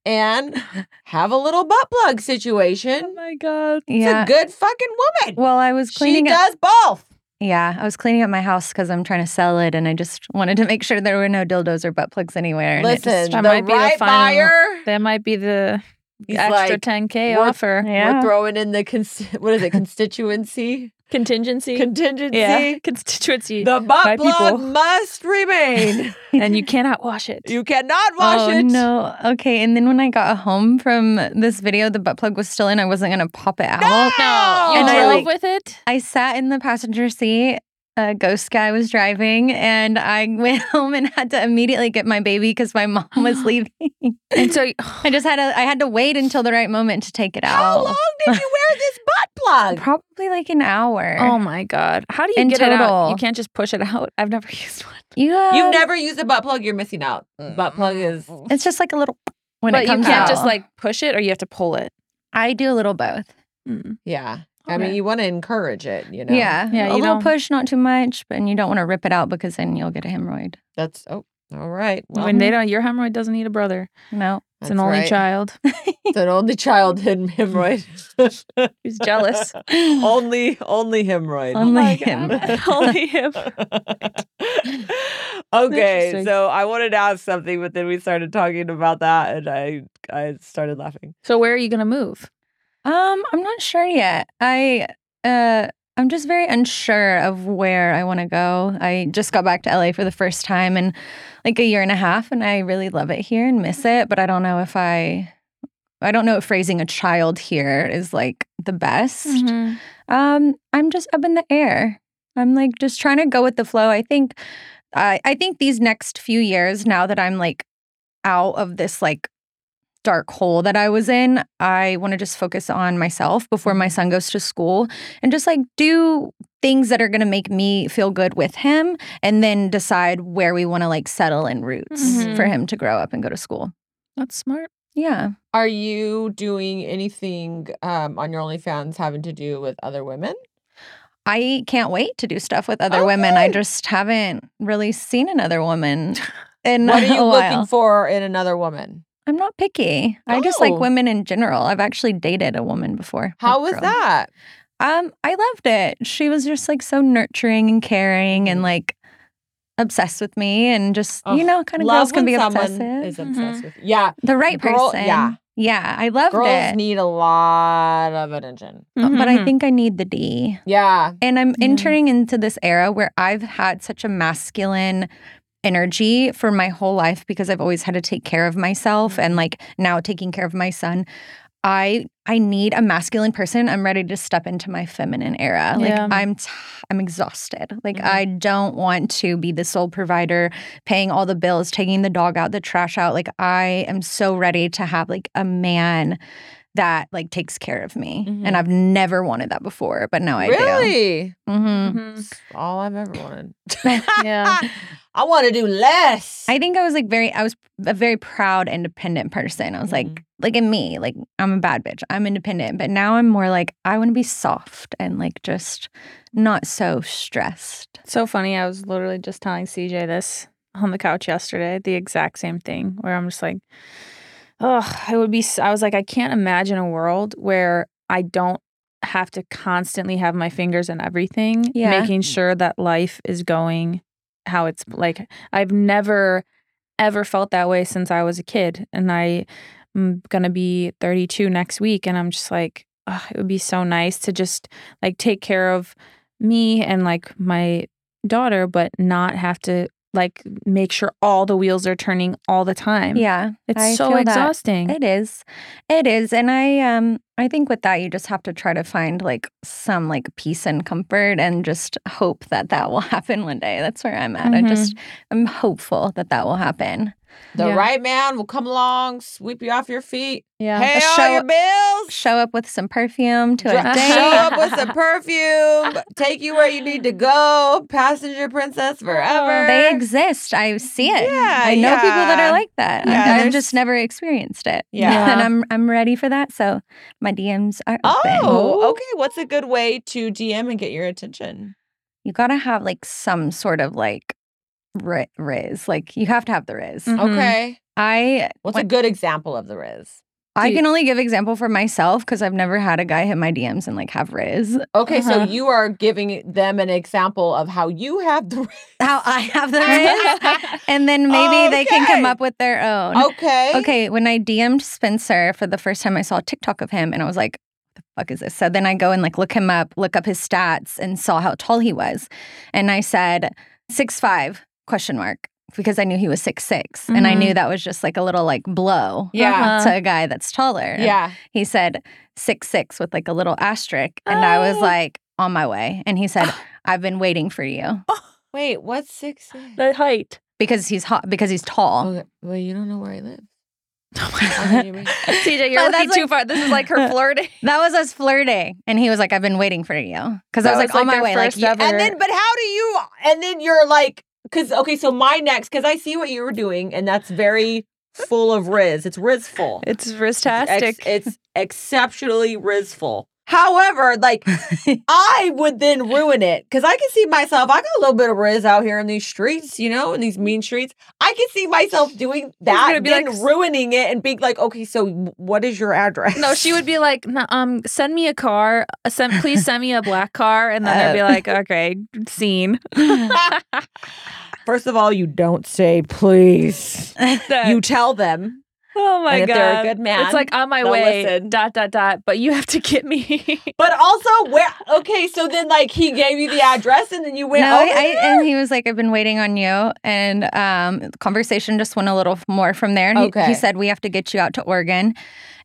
Speaker 4: and
Speaker 3: [laughs]
Speaker 4: have a little butt plug situation.
Speaker 3: Oh my god.
Speaker 4: It's
Speaker 1: yeah
Speaker 4: a good fucking woman.
Speaker 1: well i was
Speaker 4: she
Speaker 1: cleaning up
Speaker 4: does both.
Speaker 1: Yeah, I was cleaning up my house because I'm trying to sell it, and I just wanted to make sure there were no dildos or butt plugs anywhere. And it
Speaker 4: Listen,
Speaker 1: just,
Speaker 4: the
Speaker 3: That might be the
Speaker 4: right
Speaker 3: final-
Speaker 4: buyer.
Speaker 3: That might be the
Speaker 4: He's
Speaker 3: extra
Speaker 4: like,
Speaker 3: 10k
Speaker 4: we're-
Speaker 3: offer.
Speaker 4: We're
Speaker 1: yeah,
Speaker 4: throwing in the consti- [laughs] what is
Speaker 3: [laughs]
Speaker 4: it? Constituency,
Speaker 3: Contingency.
Speaker 4: contingency.
Speaker 3: [laughs] yeah. Constituency.
Speaker 4: The butt
Speaker 3: My
Speaker 4: plug
Speaker 3: people. [laughs]
Speaker 4: must remain.
Speaker 3: and you cannot wash it.
Speaker 4: you cannot wash
Speaker 1: oh
Speaker 4: it.
Speaker 1: no, okay. And then when I got home from this video, the butt plug was still in. I wasn't gonna pop it out.
Speaker 4: No!
Speaker 3: no. You
Speaker 1: And I,
Speaker 3: drove
Speaker 1: like-
Speaker 3: with it?
Speaker 1: I sat in the passenger seat. A ghost guy was driving, and I [laughs] went home and had to immediately get my baby because my mom
Speaker 3: [gasps]
Speaker 1: was leaving.
Speaker 3: And [laughs] so
Speaker 1: I just had to, I had to wait until the right moment to take it
Speaker 4: How
Speaker 1: out.
Speaker 4: long did you wear this butt plug?
Speaker 1: Probably like an hour.
Speaker 3: Oh my god. How do you
Speaker 1: In
Speaker 3: get it out? You
Speaker 1: total.
Speaker 3: can't just push it out. I've never [laughs] used one.
Speaker 1: you have,
Speaker 4: You've never used a butt plug. You're missing out. Butt plug is.
Speaker 1: It's just like a little when
Speaker 3: but
Speaker 1: it comes
Speaker 3: you can't
Speaker 1: out.
Speaker 3: just like push it or you have to pull it.
Speaker 1: I do a little both.
Speaker 3: Mm.
Speaker 4: Yeah. I mean,
Speaker 3: Okay.
Speaker 4: you want to encourage it, you know?
Speaker 1: Yeah.
Speaker 3: Yeah,
Speaker 1: a
Speaker 3: you
Speaker 1: little
Speaker 3: don't-
Speaker 1: push, not too much, but and you don't want to rip it out because then you'll get a hemorrhoid.
Speaker 4: That's, oh, all right. Well,
Speaker 3: When they don't your hemorrhoid doesn't need a brother.
Speaker 1: No.
Speaker 3: It's
Speaker 4: that's
Speaker 3: an only
Speaker 4: right.
Speaker 3: child.
Speaker 4: It's an only child hem- hemorrhoid.
Speaker 3: [laughs]
Speaker 4: [laughs]
Speaker 3: He's jealous.
Speaker 4: only, only hemorrhoid.
Speaker 1: Only
Speaker 3: my
Speaker 1: him. [laughs]
Speaker 3: God. Only him.
Speaker 4: okay,
Speaker 3: Interesting.
Speaker 4: so I wanted to ask something, but then we started talking about that, and I I started laughing.
Speaker 3: So where are you gonna move?
Speaker 1: Um, I'm not sure yet. I uh I'm just very unsure of where I want to go. I just got back to LA for the first time in like a year and a half and I really love it here and miss it, but I don't know if I I don't know if raising a child here is like the best. Um, I'm just up in the air. I'm like just trying to go with the flow. I think I I think these next few years now that I'm like out of this like dark hole that I was in, I want to just focus on myself before my son goes to school and just like do things that are going to make me feel good with him and then decide where we want to like settle in roots
Speaker 3: Mhm.
Speaker 1: for him to grow up and go to school.
Speaker 3: That's smart.
Speaker 1: Yeah.
Speaker 4: Are you doing anything um, on your OnlyFans having to do with other women?
Speaker 1: I can't wait to do stuff with other women. I
Speaker 4: Okay.
Speaker 1: just haven't really seen another
Speaker 4: [laughs]
Speaker 1: woman in
Speaker 4: What are
Speaker 1: [laughs] a
Speaker 4: you
Speaker 1: while.
Speaker 4: looking for in another woman?
Speaker 1: I'm not picky. I just like
Speaker 4: Oh.
Speaker 1: women in general. I've actually dated a woman before.
Speaker 4: How
Speaker 1: a
Speaker 4: was
Speaker 1: girl.
Speaker 4: that?
Speaker 1: Um, I loved it. She was just like so nurturing and caring
Speaker 4: Mm.
Speaker 1: and like obsessed with me and just
Speaker 4: Oh,
Speaker 1: you know, kind of girls can
Speaker 4: when
Speaker 1: be
Speaker 4: someone
Speaker 1: obsessive.
Speaker 4: Is
Speaker 3: Mhm.
Speaker 4: obsessed with yeah.
Speaker 1: the right
Speaker 4: Girl-
Speaker 1: person.
Speaker 4: yeah.
Speaker 1: Yeah, I loved
Speaker 4: Girls
Speaker 1: it.
Speaker 4: need Mm-hmm. a lot of attention.
Speaker 1: but I think I need the D.
Speaker 4: Yeah.
Speaker 1: And I'm
Speaker 3: Yeah.
Speaker 1: entering into this era where I've had such a masculine energy for my whole life because I've always had to take care of myself and like now taking care of my son. I I need a masculine person. I'm ready to step into my feminine era. Like
Speaker 3: Yeah.
Speaker 1: I'm t- I'm exhausted. Like
Speaker 4: Mhm.
Speaker 1: I don't want to be the sole provider, paying all the bills, taking the dog out, the trash out. Like I am so ready to have like a man that like takes care of me.
Speaker 3: Mhm.
Speaker 1: And I've never wanted that before, but now I do.
Speaker 4: really?
Speaker 1: hmm [laughs]
Speaker 3: Mhm.
Speaker 4: All I've ever wanted. Ah,
Speaker 3: Yeah.
Speaker 4: I want to do less.
Speaker 1: I think I was like very, I was a very proud, independent person. I was like,
Speaker 4: Mhm.
Speaker 1: like in me, like I'm a bad bitch. I'm independent, but now I'm more like I want to be soft and like just not so stressed.
Speaker 3: So funny. I was literally just telling CJ this on the couch yesterday, the exact same thing where I'm just like, oh, it would be, s- I was like, I can't imagine a world where I don't have to constantly have my fingers in everything,
Speaker 1: Yeah.
Speaker 3: making sure that life is going how it's like. I've never ever felt that way since I was a kid. And I, I'm going to be 32 next week. And I'm just like, oh, it would be so nice to just like take care of me and like my daughter, but not have to like make sure all the wheels are turning all the time.
Speaker 1: Yeah,
Speaker 3: It's
Speaker 1: I
Speaker 3: so
Speaker 1: feel that.
Speaker 3: exhausting.
Speaker 1: it is, it is, and I um I think with that you just have to try to find like some like peace and comfort and just hope that that will [laughs] happen one day. That's where I'm at.
Speaker 3: Mhm.
Speaker 1: I just I'm hopeful that that will happen.
Speaker 4: the
Speaker 3: Yeah.
Speaker 4: right man will come along, sweep you off your feet,
Speaker 3: Yeah.
Speaker 4: pay
Speaker 1: A
Speaker 4: all
Speaker 1: show-
Speaker 4: your bills,
Speaker 1: Show up with some perfume to
Speaker 4: dr-
Speaker 1: a
Speaker 3: Dr-
Speaker 1: date. [laughs]
Speaker 4: show up with some perfume, take you where you need to go, passenger princess forever.
Speaker 1: They exist. I see it.
Speaker 4: Yeah,
Speaker 1: I know people that
Speaker 4: yeah.
Speaker 1: are like that. [laughs]
Speaker 4: Yeah,
Speaker 1: and I've
Speaker 4: there's-
Speaker 1: just never experienced it.
Speaker 4: Yeah.
Speaker 1: [laughs] And I'm I'm ready for that. So my DMs are open.
Speaker 4: Oh, okay. What's a good way to DM and get your attention?
Speaker 1: You gotta have like some sort of like ri- riz. Like you have to have the riz.
Speaker 4: Mm-hmm.
Speaker 3: Mhm.
Speaker 4: Okay.
Speaker 1: I
Speaker 4: What's a
Speaker 1: when-
Speaker 4: good example of the Riz?
Speaker 1: I
Speaker 3: do-
Speaker 1: can only give example for myself because I've never had a guy hit my DMs and like have riz. [laughs]
Speaker 4: Okay, so
Speaker 3: Uh-huh.
Speaker 4: you are giving them an example of how you have [laughs] the
Speaker 1: How I have the riz.
Speaker 4: [laughs] Riz.
Speaker 1: and then maybe they can
Speaker 4: Okay.
Speaker 1: come up with their own.
Speaker 4: okay.
Speaker 1: Okay, when I DM'd Spencer for the first time, I saw a TikTok of him and I was like, the fuck is this? So then I go and like look him up, look up his stats and saw how tall he was. And I said, six five question mark, because I knew he was six And I
Speaker 3: Mhm.
Speaker 1: knew that was just like a little like blow uh-huh,
Speaker 4: Yeah.
Speaker 1: to a guy that's taller.
Speaker 4: Yeah.
Speaker 1: He said six six with like a little asterisk. And I was
Speaker 3: Oh.
Speaker 1: like, on my way. And he
Speaker 3: [gasps]
Speaker 1: said, I've been waiting for you.
Speaker 3: Oh.
Speaker 4: Wait, what's six? six?
Speaker 3: The height. [laughs]
Speaker 1: Because he's hot because he's tall.
Speaker 4: Okay. Well, you don't know where I live.
Speaker 3: Oh
Speaker 4: How can
Speaker 3: [laughs]
Speaker 4: you
Speaker 3: CJ,
Speaker 4: be-
Speaker 1: [laughs]
Speaker 3: Oh, you're
Speaker 1: But
Speaker 3: looking
Speaker 1: that's
Speaker 3: too far. This
Speaker 1: [laughs]
Speaker 3: is like [laughs] her flirting.
Speaker 1: That was us flirting. And he was like, I've been waiting for you. Because I was
Speaker 3: That
Speaker 1: like,
Speaker 3: was, like,
Speaker 1: on my
Speaker 3: their
Speaker 1: way. Like,
Speaker 3: first
Speaker 1: you-
Speaker 3: ever-
Speaker 4: [laughs] And then, but how do you? And then you're like, because okay, so my next, because I see what you were doing, and that's very full of Riz. It's Rizful.
Speaker 3: It's
Speaker 4: Ex-
Speaker 3: ristastic.
Speaker 4: it's exceptionally Rizful. However,
Speaker 3: [laughs]
Speaker 4: like I would then ruin it because I can see myself. I got a little bit of Riz out here in these streets, you know, in these mean streets. I can see myself doing that,
Speaker 3: gonna
Speaker 4: and
Speaker 3: be like-
Speaker 4: ruining it, and being like, okay, so what is your address?
Speaker 3: no, she would be like, "N- um, send me a car. Uh, Send, please send me a black car. And then I'd be
Speaker 1: Uh.
Speaker 3: [laughs] like, okay, scene.
Speaker 4: [laughs]
Speaker 3: [laughs]
Speaker 4: First of all, you don't say please.
Speaker 3: Uh,
Speaker 4: You tell them.
Speaker 3: oh my
Speaker 4: and if
Speaker 3: God.
Speaker 4: they're a good man,
Speaker 3: it's like on my
Speaker 4: they'll
Speaker 3: way,
Speaker 4: listen.
Speaker 3: dot, dot, dot. But you have to get me.
Speaker 4: But also, where? Okay, so then like he gave you the address, and then you went.
Speaker 3: oh,
Speaker 1: no, I,
Speaker 4: over
Speaker 1: I-
Speaker 4: there?
Speaker 1: and he was like, I've been waiting on you. And um, conversation just went a little f- more from there. And he- he,
Speaker 4: Okay.
Speaker 1: said, We have to get you out to Oregon.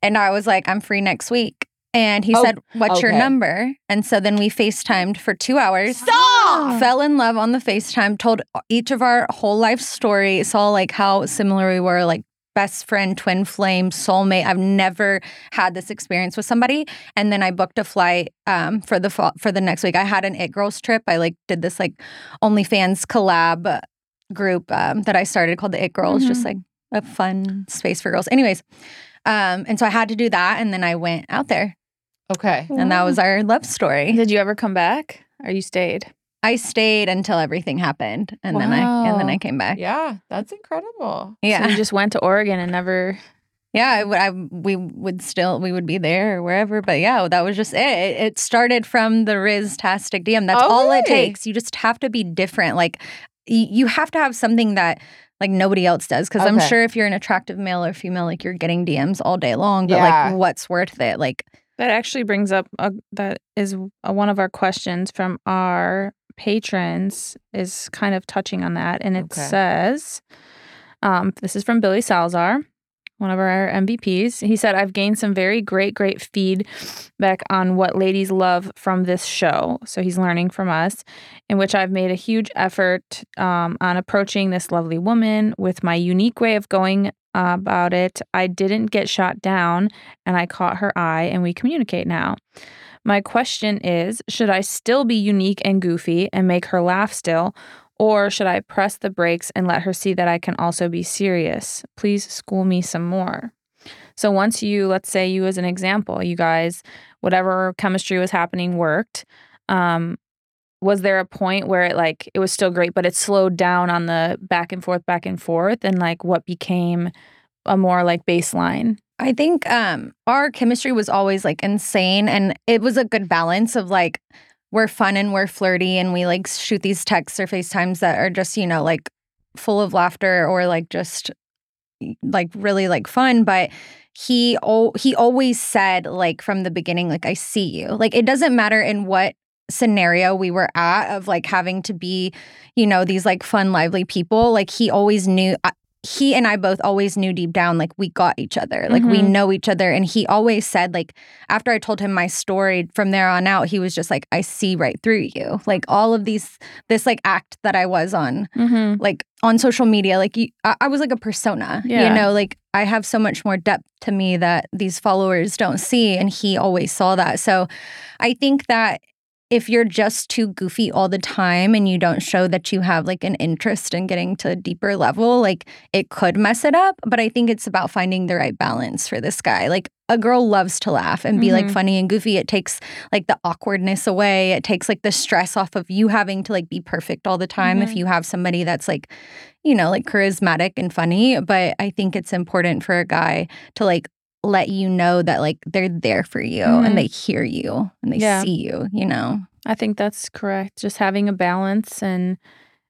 Speaker 1: And I was like, I'm free next week. And he
Speaker 4: Oh,
Speaker 1: said, What's your
Speaker 4: okay.
Speaker 1: number? And so then we FaceTimed for two hours.
Speaker 4: Stop!
Speaker 1: Fell in love on the FaceTime, told each of our whole life story, saw like how similar we were, like best friend, twin flame, soulmate. I've never had this experience with somebody. And then I booked a flight um, for the fall, for the next week. I had an It Girls trip. I like did this like OnlyFans collab uh, group um, that I started called the It Girls, just
Speaker 3: Mhm.
Speaker 1: like a fun space for girls. Anyways, um, and so I had to do that, and then I went out there,
Speaker 4: Okay.
Speaker 1: and that
Speaker 3: [laughs]
Speaker 1: was our love story.
Speaker 3: Did you ever come back? Or you stayed?
Speaker 1: I stayed until everything happened, and then I and then
Speaker 3: Wow.
Speaker 1: I came back.
Speaker 4: Yeah, that's incredible.
Speaker 1: Yeah,
Speaker 3: So you just went to Oregon and never.
Speaker 1: yeah. I would, I we would still we would be there or wherever, but yeah, that was just it. It, it started from the Riztastic DM. That's
Speaker 4: Oh,
Speaker 1: all
Speaker 4: really?
Speaker 1: it takes. You just have to be different. Like y- you have to have something that like nobody else does. Because I'm
Speaker 4: Okay.
Speaker 1: sure if you're an attractive male or female, like you're getting DMs all day long, but
Speaker 4: Yeah.
Speaker 1: like what's worth it? Like
Speaker 3: That actually brings up a, that is a, one of our questions from our patrons is kind of touching on that, and it
Speaker 4: Okay.
Speaker 3: says, um, "This is from Billy Salzar, one one of our MVPs. He said, I've gained some very great, great feedback on what ladies love from this show. So he's learning from us, in which I've made a huge effort um, on approaching this lovely woman with my unique way of going uh, about it. I didn't get shot down and I caught her eye, and we communicate now. My question is Should I still be unique and goofy and make her laugh still? Or should I press the brakes and let her see that I can also be serious? Please school me some more. So, once you, let's say you as an example, you guys, whatever chemistry was happening worked. Um, was there a point where it like it was still great, but it slowed down on the back and forth, back and forth, and like what became a more like baseline?
Speaker 1: I think um, our chemistry was always like insane, and it was a good balance of like we're fun and we're flirty, and we like shoot these texts or FaceTimes that are just you know like full of laughter or like just like really like fun, but he al- he always said like from the beginning like I see you. Like it doesn't matter in what scenario we were at of like having to be, you know, these like fun lively people, like he always knew I- he and I both always knew deep down like we got each other. Like we
Speaker 3: Mhm.
Speaker 1: know each other and he always said like after I told him my story from there on out, he was just like I see right through you. Like all of these this like act that I was on
Speaker 3: Mm-hmm.
Speaker 1: like on social media like you, I, I was like a persona
Speaker 3: Yeah.
Speaker 1: you know like i have so much more depth to me that these followers don't see and he always saw that so i think that if you're just too goofy all the time and you don't show that you have like an interest in getting to a deeper level like it could mess it up but i think it's about finding the right balance for this guy like a girl loves to laugh and be like
Speaker 3: Mhm.
Speaker 1: funny and goofy it takes like the awkwardness away. It takes like the stress off of you having to like be perfect all the time if
Speaker 3: Mhm.
Speaker 1: you have somebody that's like, you know, like charismatic and funny. But I think it's important for a guy to like let you know that like they're there for you
Speaker 3: Mhm.
Speaker 1: and they hear you and they
Speaker 3: Yeah.
Speaker 1: see you, you know?
Speaker 3: I think that's correct. Just having a balance and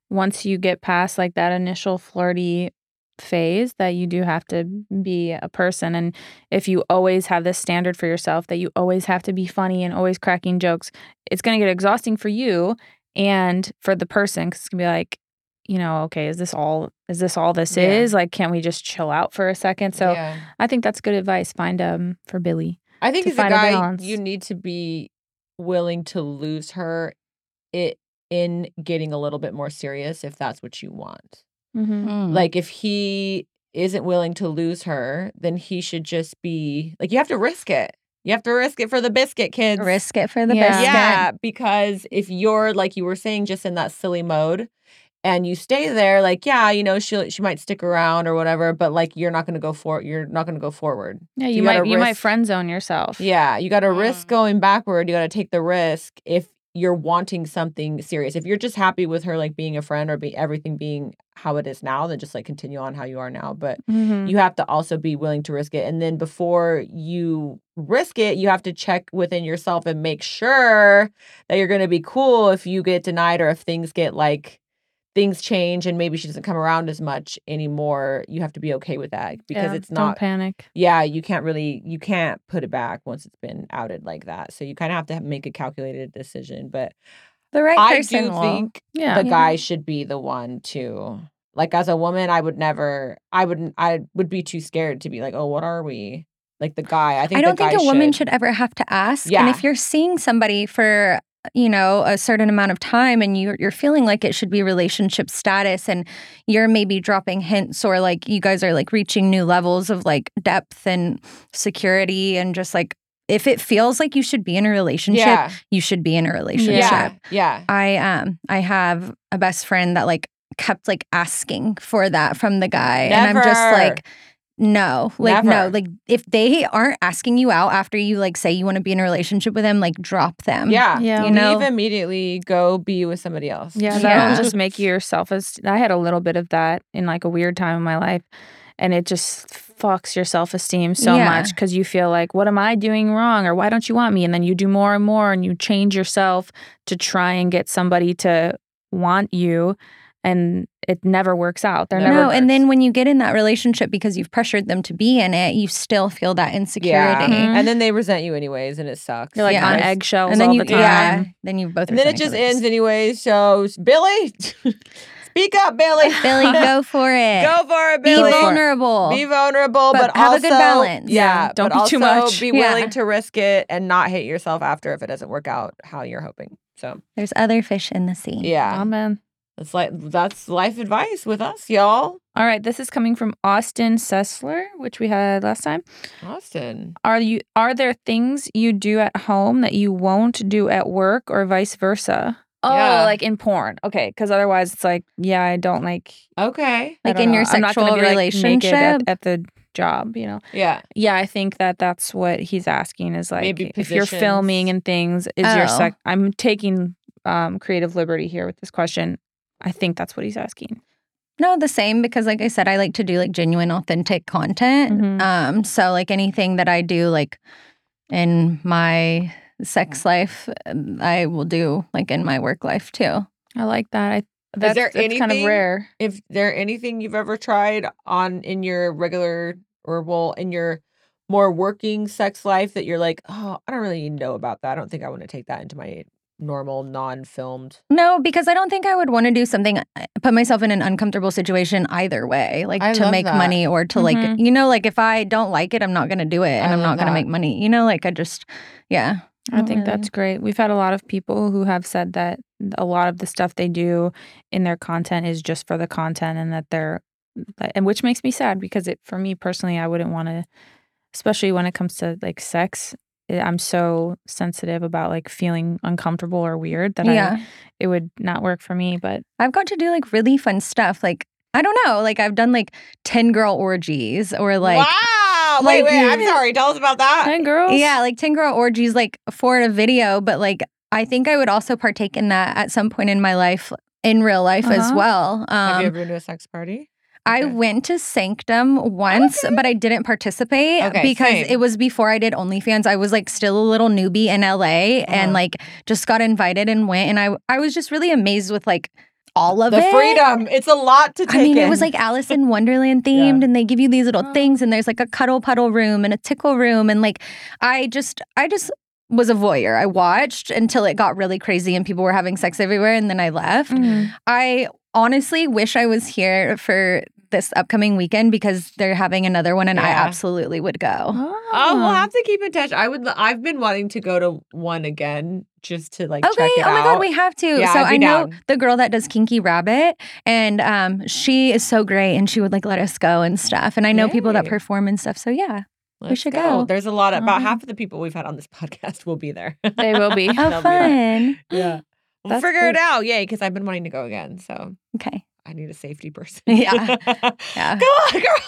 Speaker 3: once you get past like that initial flirty phase that you do have to be a person and if you always have this standard for yourself that you always have to be funny and always cracking jokes, it's going to get exhausting for you and for the person cuz it's going to be like, you know, okay, is this all is this all this
Speaker 4: Yeah.
Speaker 3: is? Like can't we just chill out for a second? So
Speaker 4: Yeah.
Speaker 3: I think that's good advice find um for Billy.
Speaker 4: I think
Speaker 3: to
Speaker 4: as a
Speaker 3: find a
Speaker 4: guy,
Speaker 3: balance.
Speaker 4: you need to be willing to lose her it in getting a little bit more serious if that's what you want.
Speaker 3: Mhm.
Speaker 1: Hmm.
Speaker 4: Like if he isn't willing to lose her, then he should just be like you have to risk it. You have to risk it for the biscuit, kids.
Speaker 1: risk it for the
Speaker 3: Yeah.
Speaker 1: biscuit.
Speaker 4: Yeah, because if you're like you were saying just in that silly mode and you stay there like yeah, you know, she she might stick around or whatever, but like you're not going to go for you're not going to go forward.
Speaker 3: Yeah, you,
Speaker 4: you
Speaker 3: might
Speaker 4: gotta
Speaker 3: you might
Speaker 4: risk-
Speaker 3: friend zone yourself.
Speaker 4: Yeah, you got to
Speaker 1: Mm.
Speaker 4: risk going backward. You got to take the risk if you're wanting something serious. If you're just happy with her like being a friend or be everything being how it is now, then just like continue on how you are now. But
Speaker 3: Mhm.
Speaker 4: you have to also be willing to risk it. And then before you risk it, you have to check within yourself and make sure that you're going to be cool if you get denied or if things get like things change and maybe she doesn't come around as much anymore. You have to be okay with that because
Speaker 3: Yeah,
Speaker 4: it's
Speaker 3: don't
Speaker 4: not
Speaker 3: panic.
Speaker 4: yeah, you can't really you can't put it back once it's been outed like that. So you kind of have to make a calculated decision. But
Speaker 1: The right
Speaker 4: I
Speaker 1: person
Speaker 4: do
Speaker 1: will.
Speaker 4: think
Speaker 3: Yeah.
Speaker 4: the
Speaker 1: Yeah.
Speaker 4: guy should be the one to like as a woman I would never I wouldn't I would be too scared to be like, "Oh, what are we?" Like the guy. I think
Speaker 1: I
Speaker 4: the
Speaker 1: don't think
Speaker 4: guy
Speaker 1: a woman should ever have to ask. And
Speaker 4: Yeah.
Speaker 1: if you're seeing somebody for you know a certain amount of time and you're, you're feeling like it should be relationship status and you're maybe dropping hints or like you guys are like reaching new levels of like depth and security and just like if it feels like you should be in a relationship
Speaker 4: Yeah.
Speaker 1: you should be in a relationship
Speaker 4: Yeah. Yeah.
Speaker 1: I um I have a best friend that like kept like asking for that from the guy and I'm just like no like no
Speaker 4: Never.
Speaker 1: like if they aren't asking you out after you like say you want to be in a relationship with them like drop them
Speaker 4: yeah.
Speaker 3: Yeah.
Speaker 1: you know?
Speaker 4: Leave immediately, go be with somebody else.
Speaker 3: Yeah,
Speaker 1: Yeah.
Speaker 3: that'll just make you yourself as I had a little bit of that in like a weird time in my life and it just fucks your self-esteem so
Speaker 1: Yeah.
Speaker 3: much cuz you feel like what am I doing wrong or why don't you want me and then you do more and more and you change yourself to try and get somebody to want you and it never works out. They're
Speaker 4: Never
Speaker 3: never
Speaker 1: no and
Speaker 4: works.
Speaker 1: then when you get in that relationship because you've pressured them to be in it you still feel that insecurity
Speaker 3: Mhm.
Speaker 4: And then they resent you anyways and it sucks.
Speaker 3: you're like
Speaker 1: Yeah.
Speaker 3: on eggshells
Speaker 1: and then
Speaker 3: all
Speaker 1: you
Speaker 3: the time.
Speaker 1: yeah then you both
Speaker 4: And then it
Speaker 1: resent
Speaker 4: just
Speaker 1: each other.
Speaker 4: ends anyway. So Billy, [laughs] Speak up, Billy.
Speaker 1: Billy,
Speaker 4: [laughs]
Speaker 1: go for it.
Speaker 4: Go for it,
Speaker 1: Be
Speaker 4: Billy.
Speaker 1: vulnerable.
Speaker 4: Be vulnerable,
Speaker 1: But
Speaker 4: but,
Speaker 1: have a
Speaker 4: also
Speaker 1: good balance.
Speaker 4: Yeah,
Speaker 3: Yeah, don't
Speaker 4: but
Speaker 3: be too
Speaker 4: also
Speaker 3: much.
Speaker 4: Be
Speaker 1: Yeah.
Speaker 4: willing to risk it and not hate yourself after if it doesn't work out how you're hoping. So
Speaker 1: There's other fish in the sea.
Speaker 4: yeah,
Speaker 3: Amen.
Speaker 4: that's like that's life advice with us, y'all.
Speaker 3: All right, this is coming from Austin Sessler, which we had last time.
Speaker 4: Austin,
Speaker 3: Are you are there things you do at home that you won't do at work or vice versa? Oh,
Speaker 4: Yeah.
Speaker 3: like in porn. Okay, because otherwise it's like, yeah, I don't like
Speaker 4: okay,
Speaker 3: I
Speaker 1: Like
Speaker 3: don't
Speaker 1: in
Speaker 3: know.
Speaker 1: your
Speaker 3: I'm not
Speaker 1: sexual
Speaker 3: gonna be, like, naked at,
Speaker 1: relationship?
Speaker 3: at the job, you know.
Speaker 4: yeah,
Speaker 3: Yeah, I think that that's what he's asking is like
Speaker 4: Maybe
Speaker 3: if you're filming
Speaker 4: positions.
Speaker 3: and things, is your
Speaker 1: Oh.
Speaker 3: sec? I'm taking um, creative liberty here with this question. I think that's what he's asking.
Speaker 1: No, the same because like I said, I like to do like genuine, authentic content.
Speaker 4: Mm-hmm.
Speaker 3: Mhm.
Speaker 1: Um, so like anything that I do like in my sex life, um, I will do like in my work life too.
Speaker 3: I like that. I, that's,
Speaker 4: there
Speaker 3: that's kind of
Speaker 4: anything-
Speaker 3: rare.
Speaker 4: if there anything you've ever tried on in your regular or well in your more working sex life that you're like oh i don't really know about that i don't think i want to take that into my normal non-filmed
Speaker 1: No, because I don't think I would want to do something uh, put myself in an uncomfortable situation either way, like
Speaker 4: I
Speaker 1: to
Speaker 4: love
Speaker 1: make
Speaker 4: that. Mm-hmm.
Speaker 1: money or to like
Speaker 3: Mhm.
Speaker 1: you know, like if I don't like it, I'm not gonna do it and
Speaker 4: I
Speaker 1: I'm
Speaker 4: love
Speaker 1: not gonna
Speaker 4: that.
Speaker 1: make money. You know, like I just yeah.
Speaker 3: I
Speaker 1: don't
Speaker 3: think
Speaker 1: really-
Speaker 3: that's great. We've had a lot of people who have said that a lot of the stuff they do in their content is just for the content and that they're that- and which makes me sad because it for me personally I wouldn't want to especially when it comes to like sex eh, I'm so sensitive about like feeling uncomfortable or weird that
Speaker 1: yeah.
Speaker 3: I it would not work for me but
Speaker 1: I've got to do like really fun stuff. Like, I don't know, like I've done like 10 girl orgies or like,
Speaker 4: wow
Speaker 1: like-
Speaker 4: wait wait i'm sorry tell us about that
Speaker 3: hey girls
Speaker 1: yeah, like 10 girl orgies, like for a video. But like, I think I would also partake in that at some point in my life, in real life as
Speaker 3: Uh-huh.
Speaker 1: well.
Speaker 4: have
Speaker 1: Um,
Speaker 4: you ever been to a sex party
Speaker 1: I
Speaker 4: okay.
Speaker 1: went to Sanctum once,
Speaker 4: Okay.
Speaker 1: but I didn't participate
Speaker 4: Okay,
Speaker 1: because
Speaker 4: same.
Speaker 1: it was before I did OnlyFans. I was like still a little newbie in LA
Speaker 4: Uh-huh.
Speaker 1: and like just got invited and went. And I, I was just really amazed with like all of
Speaker 4: the
Speaker 1: it.
Speaker 4: freedom it's a lot to take
Speaker 1: I mean, it
Speaker 4: in.
Speaker 1: was like Alice
Speaker 4: [laughs]
Speaker 1: in Wonderland themed, and they give you these
Speaker 4: Oh.
Speaker 1: little things, and there's like a cuddle puddle room and a tickle room, and like, I just, I just was a voyeur. I watched until it got really crazy and people were having sex everywhere, and then I left.
Speaker 4: Mm.
Speaker 3: [laughs] Mhm.
Speaker 1: I honestly wish I was here for this upcoming weekend because they're having another one, and I
Speaker 4: Yeah.
Speaker 1: absolutely would go.
Speaker 4: oh
Speaker 1: um
Speaker 4: we'll have to keep in touch i would l- i've been wanting to go to one again just to like
Speaker 1: Okay.
Speaker 4: check it
Speaker 1: Oh my
Speaker 4: out.
Speaker 1: God, we have to.
Speaker 4: Yeah,
Speaker 1: so
Speaker 4: I'd be
Speaker 1: I know
Speaker 4: down.
Speaker 1: the girl that does Kinky Rabbit, and um, she is so great, and she would like let us go and stuff. And I know people that
Speaker 4: Yay.
Speaker 1: perform and stuff. So yeah.
Speaker 4: Let's
Speaker 1: should go.
Speaker 4: there's a lot of, about
Speaker 3: Um,
Speaker 4: half of the people we've had on this [laughs] podcast will be there
Speaker 3: They will [laughs] be.
Speaker 1: Oh,
Speaker 4: They'll there.
Speaker 1: fun.
Speaker 4: Yeah. [gasps] We'll
Speaker 3: That's
Speaker 4: figure it
Speaker 3: good.
Speaker 4: out. Yay, because I've been wanting to go again. So
Speaker 1: Okay.
Speaker 4: I need a safety
Speaker 3: [laughs]
Speaker 4: person. [laughs]
Speaker 1: Yeah.
Speaker 4: go
Speaker 1: Yeah.
Speaker 4: on, girl. [laughs]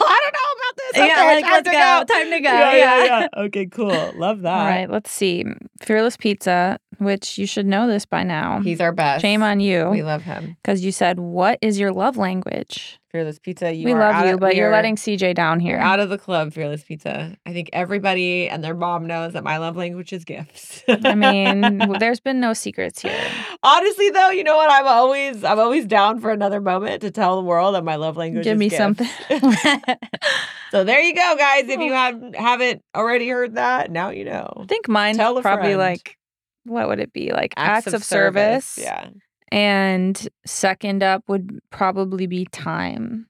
Speaker 4: I don't know about this.
Speaker 1: Yeah,
Speaker 4: Okay,
Speaker 1: like,
Speaker 4: time
Speaker 1: let's
Speaker 4: to
Speaker 1: go. Time to go.
Speaker 4: Yeah, yeah,
Speaker 1: yeah.
Speaker 4: yeah. Okay, cool. Love
Speaker 3: [laughs]
Speaker 4: that.
Speaker 3: all right let's see fearless pizza which you should know this by now
Speaker 4: He's our best.
Speaker 3: shame on you
Speaker 4: We love him.
Speaker 3: because you said, "What is your love language?"
Speaker 4: Fearless Pizza. You
Speaker 3: we
Speaker 4: are
Speaker 3: love
Speaker 4: out
Speaker 3: you,
Speaker 4: of-
Speaker 3: but you're
Speaker 4: you're-
Speaker 3: letting CJ down
Speaker 4: You're
Speaker 3: here.
Speaker 4: out of the club, Fearless Pizza. I think everybody and their mom knows that my love language is gifts.
Speaker 3: [laughs] I
Speaker 4: [laughs]
Speaker 3: mean, w- there's been no secrets here.
Speaker 4: honestly though, you know what? I'm always I'm always down for another moment to tell the world that my love language
Speaker 3: Give
Speaker 4: is
Speaker 3: me
Speaker 4: gifts.
Speaker 3: something.
Speaker 4: So there you go, guys. If you
Speaker 3: Oh.
Speaker 4: have, haven't already heard that, now you know.
Speaker 3: I think mine's
Speaker 4: Tell a
Speaker 3: probably
Speaker 4: friend.
Speaker 3: like, what would it be like? Acts, of, service. [laughs]
Speaker 4: Yeah.
Speaker 3: And second up would probably be time.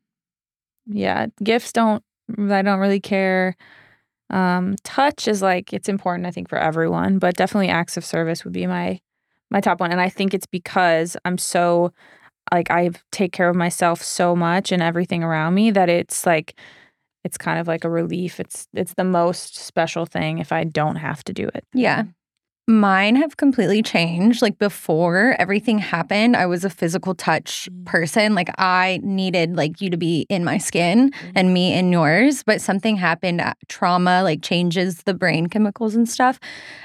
Speaker 3: Yeah, gifts don't. I don't really care. Um, touch is like it's important, I think, for everyone, but definitely acts of service would be my my top one. And I think it's because I'm so like I take care of myself so much and everything around me that it's like it's kind of like a relief. It's it's the most special thing if I don't have to do it.
Speaker 1: Yeah. [laughs] Mine have completely changed. Like before everything happened, I was a physical touch
Speaker 4: Mm.
Speaker 1: person. Like I needed like you to be in my skin and me in yours, but something happened, uh, trauma like changes the brain chemicals and stuff.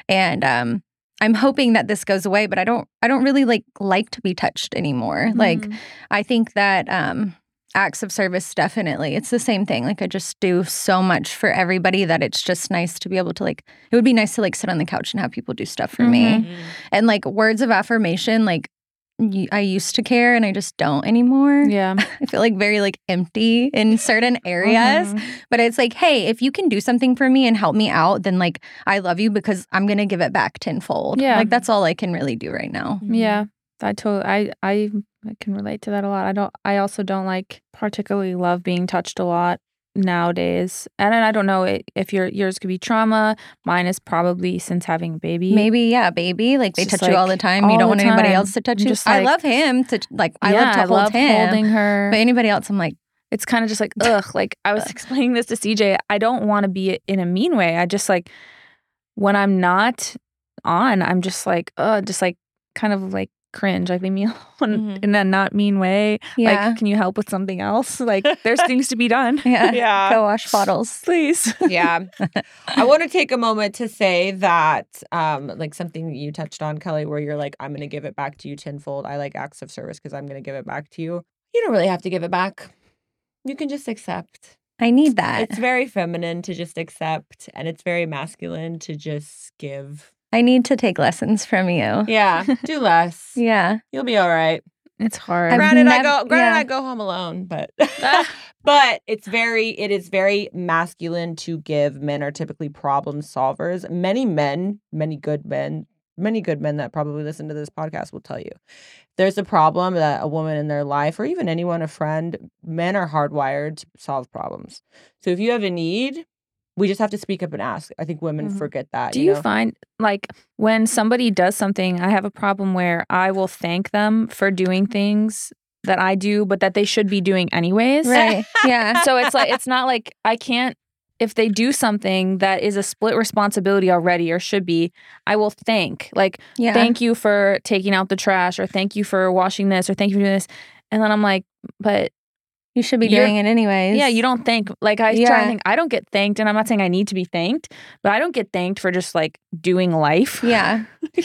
Speaker 1: And um I'm hoping that this goes away, but I don't I don't really like like to be touched anymore. Like I think that um, acts of service definitely. It's the same thing. Like I just do so much for everybody that it's just nice to be able to like. It would be nice to like sit on the couch and have people do stuff for me.
Speaker 3: Mhm.
Speaker 1: And like words of affirmation, like y- I used to care and I just don't anymore.
Speaker 3: yeah.
Speaker 1: I feel like very like empty in certain areas.
Speaker 3: Mhm.
Speaker 1: But it's like, hey, if you can do something for me and help me out, then like I love you because I'm gonna give it back tenfold.
Speaker 3: Yeah.
Speaker 1: Mm-hmm. like that's all I can really do right now.
Speaker 3: Yeah. I totally I I I can relate to that a lot. I don't. I also don't like particularly love being touched a lot nowadays. And I don't know i- if your yours could be trauma. Mine is probably since having a baby.
Speaker 1: Maybe, yeah, baby. Like they
Speaker 3: Just,
Speaker 1: touch you all the
Speaker 3: like,
Speaker 1: time.
Speaker 3: all
Speaker 1: you don't
Speaker 3: the
Speaker 1: want anybody
Speaker 3: time.
Speaker 1: else to touch
Speaker 3: I'm
Speaker 1: you.
Speaker 3: just
Speaker 1: I
Speaker 3: like-
Speaker 1: love him to like. I
Speaker 3: yeah,
Speaker 1: love to
Speaker 3: I
Speaker 1: hold
Speaker 3: love
Speaker 1: him.
Speaker 3: holding her.
Speaker 1: But anybody else, I'm like,
Speaker 3: it's kind of
Speaker 1: [laughs]
Speaker 3: just like ugh. Like I was explaining this to CJ. I don't want to be in a mean way. I just like when I'm not on. I'm just like ugh. Just like kind of like cringe. Like leave me [laughs] alone
Speaker 1: Mm-hmm.
Speaker 4: Mhm.
Speaker 3: in a not mean way.
Speaker 1: yeah,
Speaker 3: Like can you help with something else? [laughs] Like there's things to be done.
Speaker 1: [laughs] yeah,
Speaker 4: Yeah.
Speaker 1: Go wash bottles.
Speaker 3: Please.
Speaker 4: [laughs] yeah. I want to take a moment to say that, um, like something you touched on, Kelly, where you're like, I'm going to give it back to you tenfold. I like acts of service because I'm going to give it back to you. You don't really have to give it back. You can just accept.
Speaker 1: I need
Speaker 3: Eh.
Speaker 1: that.
Speaker 4: It's very feminine to just accept, and it's very masculine to just
Speaker 3: [laughs]
Speaker 4: give.
Speaker 1: I need to take lessons from you.
Speaker 4: Yeah, do less.
Speaker 1: Yeah.
Speaker 4: You'll be all right.
Speaker 3: It's hard.
Speaker 1: I've
Speaker 4: Granted, I
Speaker 1: nev-
Speaker 4: go. Granted,
Speaker 1: yeah.
Speaker 4: I go home alone, but
Speaker 1: [laughs]
Speaker 3: [laughs]
Speaker 4: [laughs] but it's very. It is very masculine to give. Men are typically problem solvers. Many men, many good men, many good men that probably listen to this podcast will tell you there's a problem that a woman in their life or even anyone a friend men are hardwired to solve problems so if you have a need we just have to speak up and ask i think women
Speaker 1: Mm-hmm.
Speaker 3: Mhm.
Speaker 4: forget that
Speaker 3: Do
Speaker 4: you
Speaker 3: you
Speaker 4: know?
Speaker 3: find like when somebody does something, I have a problem where I will thank them for doing things that I do, but that they should be doing anyways.
Speaker 1: Right.
Speaker 3: [laughs]
Speaker 1: Yeah.
Speaker 3: so it's like it's not like I can't if they do something that is a split responsibility already or should be, I will thank. Like,
Speaker 1: Yeah.
Speaker 3: thank you for taking out the trash or thank you for washing this or thank you for doing this. And then I'm like, but
Speaker 1: you should be
Speaker 3: you're-
Speaker 1: doing it anyways.
Speaker 3: Yeah, you don't thank. Like I try
Speaker 1: Yeah.
Speaker 3: and think I don't get thanked, and I'm not saying I need to be thanked, but I don't get thanked for just like doing life. [laughs]
Speaker 1: Yeah.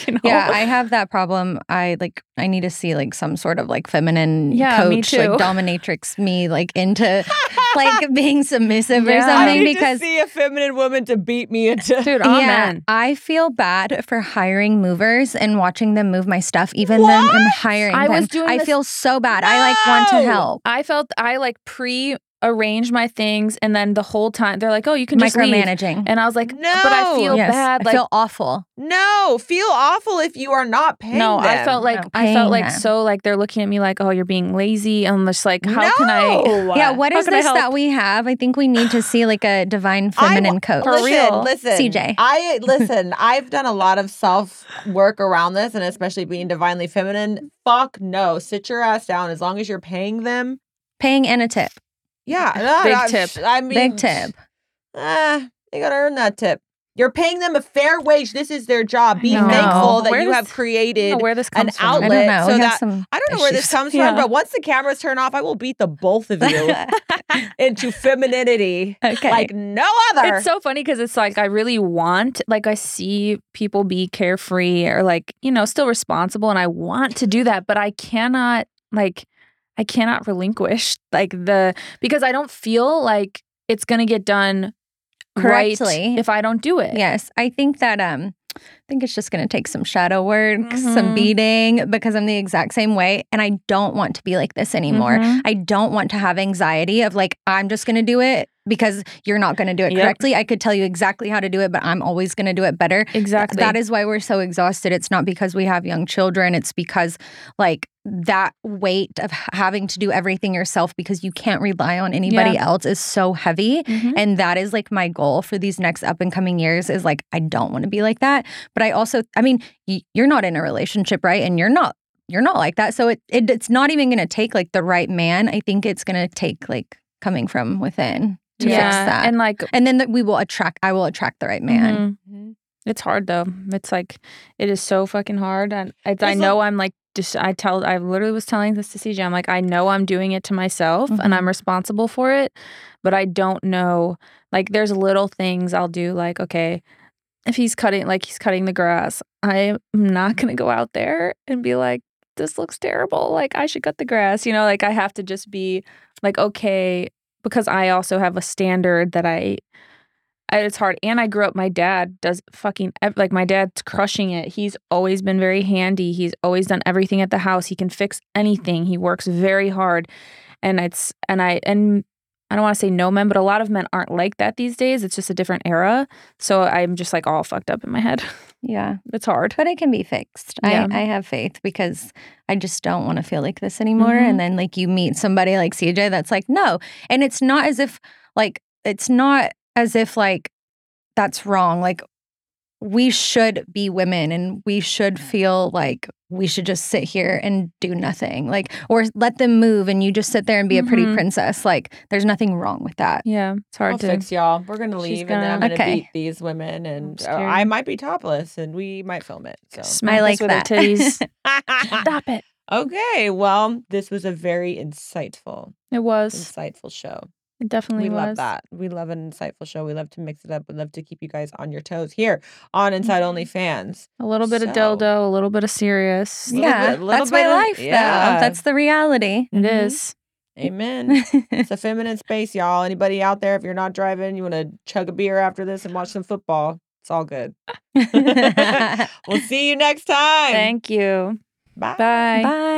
Speaker 3: you know?
Speaker 1: Yeah. I have that problem. I like, I need to see like some sort of like feminine
Speaker 3: Yeah, me
Speaker 1: coach, like
Speaker 3: too.
Speaker 1: dominatrix me, like into
Speaker 4: [laughs]
Speaker 3: [laughs]
Speaker 1: like being submissive or
Speaker 3: Yeah. I
Speaker 1: something
Speaker 4: I need
Speaker 1: because
Speaker 4: to see a feminine woman to beat me into
Speaker 3: [laughs] dude,
Speaker 1: Yeah,
Speaker 3: amen.
Speaker 1: I feel bad for hiring movers and watching them move my stuff, even though
Speaker 4: What?
Speaker 1: I'm hiring
Speaker 3: I was
Speaker 1: them.
Speaker 3: doing
Speaker 1: I
Speaker 3: this-
Speaker 1: feel so bad. I like want to
Speaker 4: No!
Speaker 1: help.
Speaker 3: I felt I like pre arranged my things, and then the whole time they're like, "Oh, you can just leave."
Speaker 1: Micromanaging.
Speaker 3: and I was like, "Uh,
Speaker 4: No.
Speaker 3: "But I feel
Speaker 1: yes,
Speaker 3: bad."
Speaker 1: I
Speaker 3: Like,
Speaker 1: feel awful.
Speaker 4: no feel awful if you are not paying
Speaker 3: no, I
Speaker 4: them.
Speaker 3: felt like
Speaker 1: No,
Speaker 3: I felt
Speaker 1: paying
Speaker 3: like
Speaker 1: them.
Speaker 3: so like they're looking at me like, "Oh, you're being lazy," and I'm just like, "How can I?" [laughs]
Speaker 4: No.
Speaker 1: yeah, what
Speaker 3: How
Speaker 1: is
Speaker 3: can I
Speaker 1: this that
Speaker 3: help?
Speaker 1: we have? I think we need to see like a divine
Speaker 4: I
Speaker 1: feminine coach.
Speaker 3: For
Speaker 4: listen,
Speaker 3: real.
Speaker 4: listen,
Speaker 1: CJ.
Speaker 4: I
Speaker 3: [laughs]
Speaker 4: listen. I've done a lot of self work around this, and especially being divinely feminine. Fuck no, sit your ass down. As long as you're paying them,
Speaker 1: Paying and a tip.
Speaker 3: [laughs]
Speaker 4: yeah, no,
Speaker 3: Big
Speaker 4: no,
Speaker 3: tip.
Speaker 4: I mean,
Speaker 1: Big tip.
Speaker 4: Ah, they gotta earn that tip. You're paying them a fair wage. This is their job. Be
Speaker 3: I know.
Speaker 4: thankful that
Speaker 3: Where
Speaker 4: you
Speaker 3: does-
Speaker 4: have
Speaker 3: I don't
Speaker 4: created.
Speaker 3: know where this
Speaker 4: an
Speaker 3: comes from.
Speaker 1: I
Speaker 3: [laughs]
Speaker 4: outlet.
Speaker 1: don't
Speaker 4: Lit,
Speaker 1: know.
Speaker 4: so
Speaker 1: we have
Speaker 4: that-
Speaker 1: some
Speaker 4: I don't know where this
Speaker 1: issues.
Speaker 4: comes
Speaker 3: Yeah.
Speaker 4: from, but once the cameras turn off, I will beat the both of
Speaker 3: [laughs]
Speaker 4: you [laughs] into femininity
Speaker 1: okay.
Speaker 4: like no other.
Speaker 3: It's so funny because it's like I really want, like I see people be carefree or like you know still responsible, and I want to do that, but I cannot like I cannot relinquish like the because I don't feel like it's gonna get done
Speaker 1: Correctly.
Speaker 3: right if I don't do
Speaker 1: [laughs]
Speaker 3: it.
Speaker 1: Yes, I think that um I think it's just going to take some shadow work, some
Speaker 3: Mhm.
Speaker 1: beating because I'm the exact same way and I don't want to be like this anymore.
Speaker 3: Mhm.
Speaker 1: I don't want to have anxiety of like I'm just going to do it because you're not going to do it
Speaker 3: Yep.
Speaker 1: correctly. I could tell you exactly how to do it, but I'm always going to do it better.
Speaker 3: exactly.
Speaker 1: That is why we're so exhausted. It's not because we have young children, it's because like that weight of h- having to do everything yourself because you can't rely on anybody else is so heavy.
Speaker 3: Mhm.
Speaker 1: And that is like my goal for these next up and coming years is like, I don't want to be like that. But I also, I mean, y- you're not in a relationship, right? And you're not, you're not like that. So it, it it's not even going to take like the right man. I think it's going to take like coming from within to
Speaker 3: yeah,
Speaker 1: fix that. And, Mm-hmm.
Speaker 3: and like
Speaker 1: then that we will attract, I will attract the right man.
Speaker 3: mhm. It's hard though. It's like it is so fucking hard, and it's, I
Speaker 4: There's a-
Speaker 3: know I'm like just. I tell. I literally was telling this to CJ. I'm like, I know I'm doing it to myself,
Speaker 4: Mm-hmm.
Speaker 3: and
Speaker 1: Mhm.
Speaker 3: I'm responsible for it, but I don't know. Like, there's little things I'll do. Like, okay, if he's cutting, like he's cutting the grass, I'm not gonna go out there and be like, this looks terrible. Like, I should cut the grass. You know, like I have to just be like, okay, because I also have a standard that I I- it's hard. And I grew up, my dad does fucking, ev- like, my dad's crushing it. He's always been very handy. He's always done everything at the house. He can fix anything. He works very hard. And it's, and I, and I don't want to say no men, but a lot of men aren't like that these days. It's just a different era. So I'm just like all fucked up in my head. [laughs]
Speaker 1: Yeah.
Speaker 3: It's hard.
Speaker 1: But it can be fixed.
Speaker 3: Yeah.
Speaker 1: I, I have faith because I just don't want to feel like this anymore.
Speaker 4: Mm-hmm.
Speaker 3: Mhm.
Speaker 1: And then, like, you meet somebody like CJ that's like, no. And it's not as if, like, it's not as if, like, that's wrong. Like, we should be women and we should feel like we should just sit here and do nothing, like, or let them move and you just sit there and be a pretty
Speaker 4: Mm-hmm.
Speaker 3: Mhm.
Speaker 1: princess. Like, there's nothing wrong with that.
Speaker 3: Yeah, it's hard
Speaker 4: I'll
Speaker 3: to.
Speaker 4: fix y'all. We're gonna
Speaker 3: She's
Speaker 4: leave, and then I'm
Speaker 1: gonna-
Speaker 4: gonna
Speaker 1: Okay.
Speaker 4: beat these women, and uh,
Speaker 3: scared.
Speaker 4: I might be topless, and we might film it. [laughs] So.
Speaker 3: smack
Speaker 1: I
Speaker 3: us
Speaker 1: like
Speaker 3: with her
Speaker 1: that.
Speaker 3: titties.
Speaker 1: [laughs]
Speaker 3: [laughs] Stop it.
Speaker 4: okay, well, this was a very insightful,
Speaker 3: It was.
Speaker 4: insightful show.
Speaker 3: It definitely
Speaker 4: we
Speaker 3: was.
Speaker 4: love that. We love an insightful show. We love to mix it up. We love to keep you guys on your toes here on Inside
Speaker 3: Mhm.
Speaker 4: OnlyFans.
Speaker 3: A little bit of
Speaker 4: So-
Speaker 3: dildo, a little bit of serious.
Speaker 4: Little
Speaker 1: yeah.
Speaker 4: bit- little
Speaker 1: that's my
Speaker 4: bit of-
Speaker 1: life,
Speaker 4: yeah.
Speaker 1: though. That's the reality.
Speaker 4: Mm-hmm.
Speaker 3: It is. [laughs]
Speaker 4: Amen. it's a feminine space, y'all. Anybody out there, if you're not driving, you want to chug a beer after this and watch some football, it's all good. we'll see you next time.
Speaker 3: Thank you.
Speaker 4: Bye.
Speaker 3: Bye.
Speaker 1: Bye.